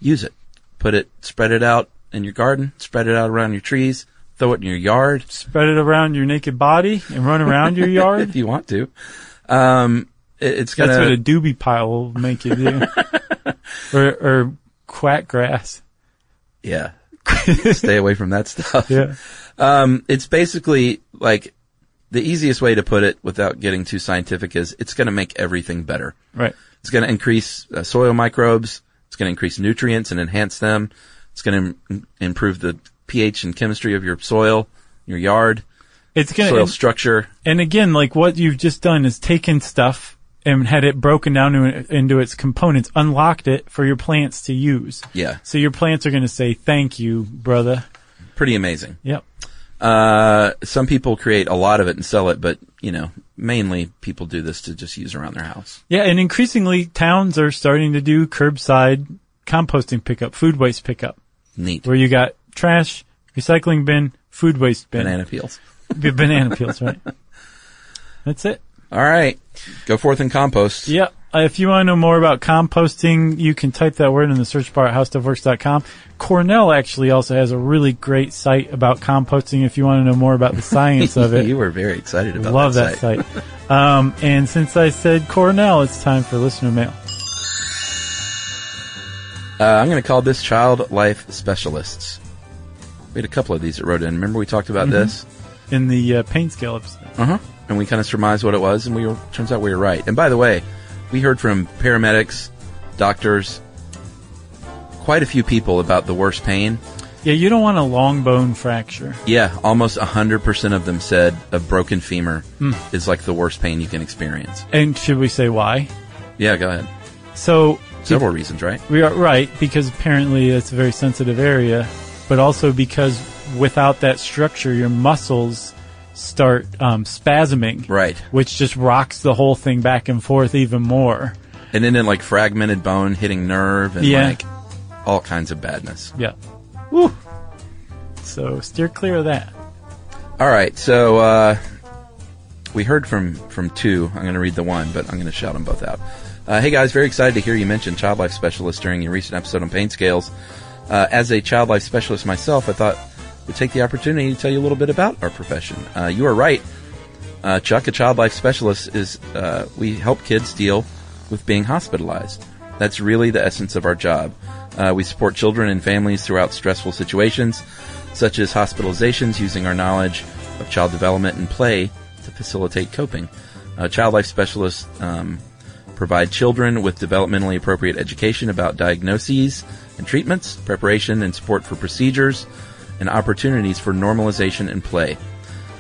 [SPEAKER 2] Use it. Put it. Spread it out in your garden. Spread it out around your trees. Throw it in your yard.
[SPEAKER 3] Spread it around your naked body and run around your yard.
[SPEAKER 2] if you want to. Um, it- it's gonna.
[SPEAKER 3] That's what a doobie pile will make you do. or, or quack grass.
[SPEAKER 2] Yeah. Stay away from that stuff.
[SPEAKER 3] Yeah.
[SPEAKER 2] Um, it's basically like the easiest way to put it without getting too scientific is it's going to make everything better.
[SPEAKER 3] Right.
[SPEAKER 2] It's going to increase uh, soil microbes. It's going to increase nutrients and enhance them. It's going to im- improve the pH and chemistry of your soil, your yard,
[SPEAKER 3] It's gonna,
[SPEAKER 2] soil
[SPEAKER 3] and,
[SPEAKER 2] structure.
[SPEAKER 3] and again, like what you've just done is taken stuff and had it broken down to, into its components, unlocked it for your plants to use.
[SPEAKER 2] Yeah.
[SPEAKER 3] So your plants are going to say, thank you, brother.
[SPEAKER 2] Pretty amazing.
[SPEAKER 3] Yep.
[SPEAKER 2] Uh, some people create a lot of it and sell it, but you know, mainly people do this to just use around their house.
[SPEAKER 3] Yeah. And increasingly towns are starting to do curbside composting pickup, food waste pickup,
[SPEAKER 2] Neat.
[SPEAKER 3] where you got trash, recycling bin, food waste bin.
[SPEAKER 2] Banana peels.
[SPEAKER 3] B- banana peels, right? That's it.
[SPEAKER 2] All right. Go forth and compost.
[SPEAKER 3] Yeah. Uh, If you want to know more about composting, you can type that word in the search bar at howstuffworks.com. Cornell actually also has a really great site about composting if you want to know more about the science of it.
[SPEAKER 2] you were very excited about
[SPEAKER 3] Love
[SPEAKER 2] that,
[SPEAKER 3] that site. um, and since I said Cornell, it's time for listener mail.
[SPEAKER 2] Uh, I'm going to call this child life specialists. We had a couple of these that wrote in. Remember we talked
[SPEAKER 3] Mm-hmm.
[SPEAKER 2] about this?
[SPEAKER 3] In the uh, paint scale episode.
[SPEAKER 2] Uh huh. And we kind of surmised what it was, and we were, turns out we were right. And by the way, we heard from paramedics, doctors, quite a few people about the worst pain.
[SPEAKER 3] Yeah, you don't want a long bone fracture.
[SPEAKER 2] Yeah, almost 100% of them said a broken femur
[SPEAKER 3] Hmm.
[SPEAKER 2] is like the worst pain you can experience.
[SPEAKER 3] And should we say why?
[SPEAKER 2] Yeah, go ahead.
[SPEAKER 3] So
[SPEAKER 2] Several reasons, right?
[SPEAKER 3] We are right because apparently it's a very sensitive area, but also because without that structure, your muscles start um, spasming,
[SPEAKER 2] Right.
[SPEAKER 3] Which just rocks the whole thing back and forth even more.
[SPEAKER 2] And then in like fragmented bone hitting nerve and
[SPEAKER 3] Yeah.
[SPEAKER 2] like all kinds of badness.
[SPEAKER 3] Yeah. Woo. So steer clear of that.
[SPEAKER 2] All right, so uh, we heard from from two. I'm going to read the one, but I'm going to shout them both out. Uh, hey guys, very excited to hear you mention child life specialist during your recent episode on pain scales. Uh, as a child life specialist myself, I thought would take the opportunity to tell you a little bit about our profession. Uh, you are right, uh, Chuck. A child life specialist is uh, we help kids deal with being hospitalized. That's really the essence of our job. Uh, we support children and families throughout stressful situations, such as hospitalizations, using our knowledge of child development and play to facilitate coping. Uh, child life specialists um, provide children with developmentally appropriate education about diagnoses and treatments, preparation and support for procedures, and opportunities for normalization and play.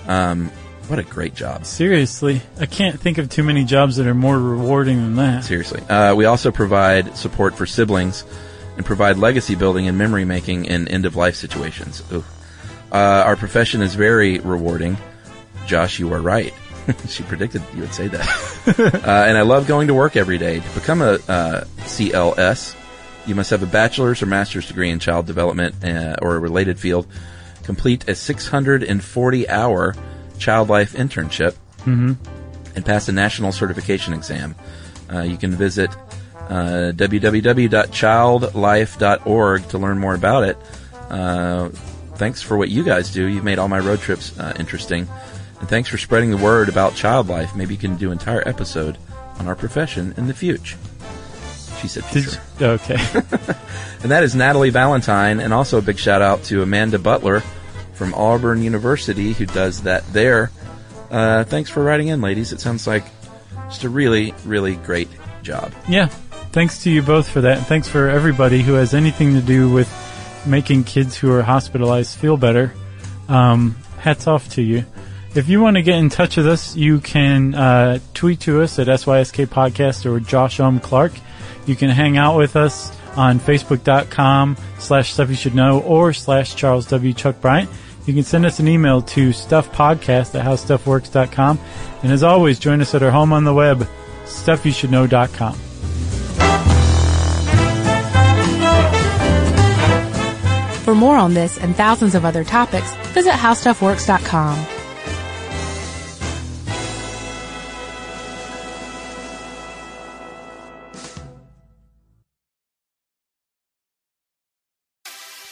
[SPEAKER 2] Um, what a great job.
[SPEAKER 3] Seriously, I can't think of too many jobs that are more rewarding than that.
[SPEAKER 2] Seriously. Uh, we also provide support for siblings and provide legacy building and memory making in end of life situations. Ooh. Uh, our profession is very rewarding. Josh, you are right. she predicted you would say that. uh, and I love going to work every day. To become a uh, CLS, you must have a bachelor's or master's degree in child development uh, or a related field. Complete a 640 hour child life internship and pass a national certification exam. Uh, you can visit uh, www.childlife.org to learn more about it. Uh, thanks for what you guys do. You've made all my road trips uh, interesting. And thanks for spreading the word about child life. Maybe you can do an entire episode on our profession in the future. She said
[SPEAKER 3] Did
[SPEAKER 2] future.
[SPEAKER 3] you- okay.
[SPEAKER 2] And that is Natalie Valentine, and also a big shout out to Amanda Butler from Auburn University who does that there. Uh, thanks for writing in, ladies. It sounds like just a really, really great job.
[SPEAKER 3] Yeah. Thanks to you both for that. And thanks for everybody who has anything to do with making kids who are hospitalized feel better. Um, hats off to you. If you want to get in touch with us, you can uh, tweet to us at SYSK Podcast or Josh Um Clark. You can hang out with us on Facebook.com slash Stuff You Should Know or slash Charles W. Chuck Bryant. You can send us an email to stuffpodcast at howstuffworks.com. And as always, join us at our home on the web, stuffyoushouldknow.com.
[SPEAKER 4] For more on this and thousands of other topics, visit howstuffworks.com.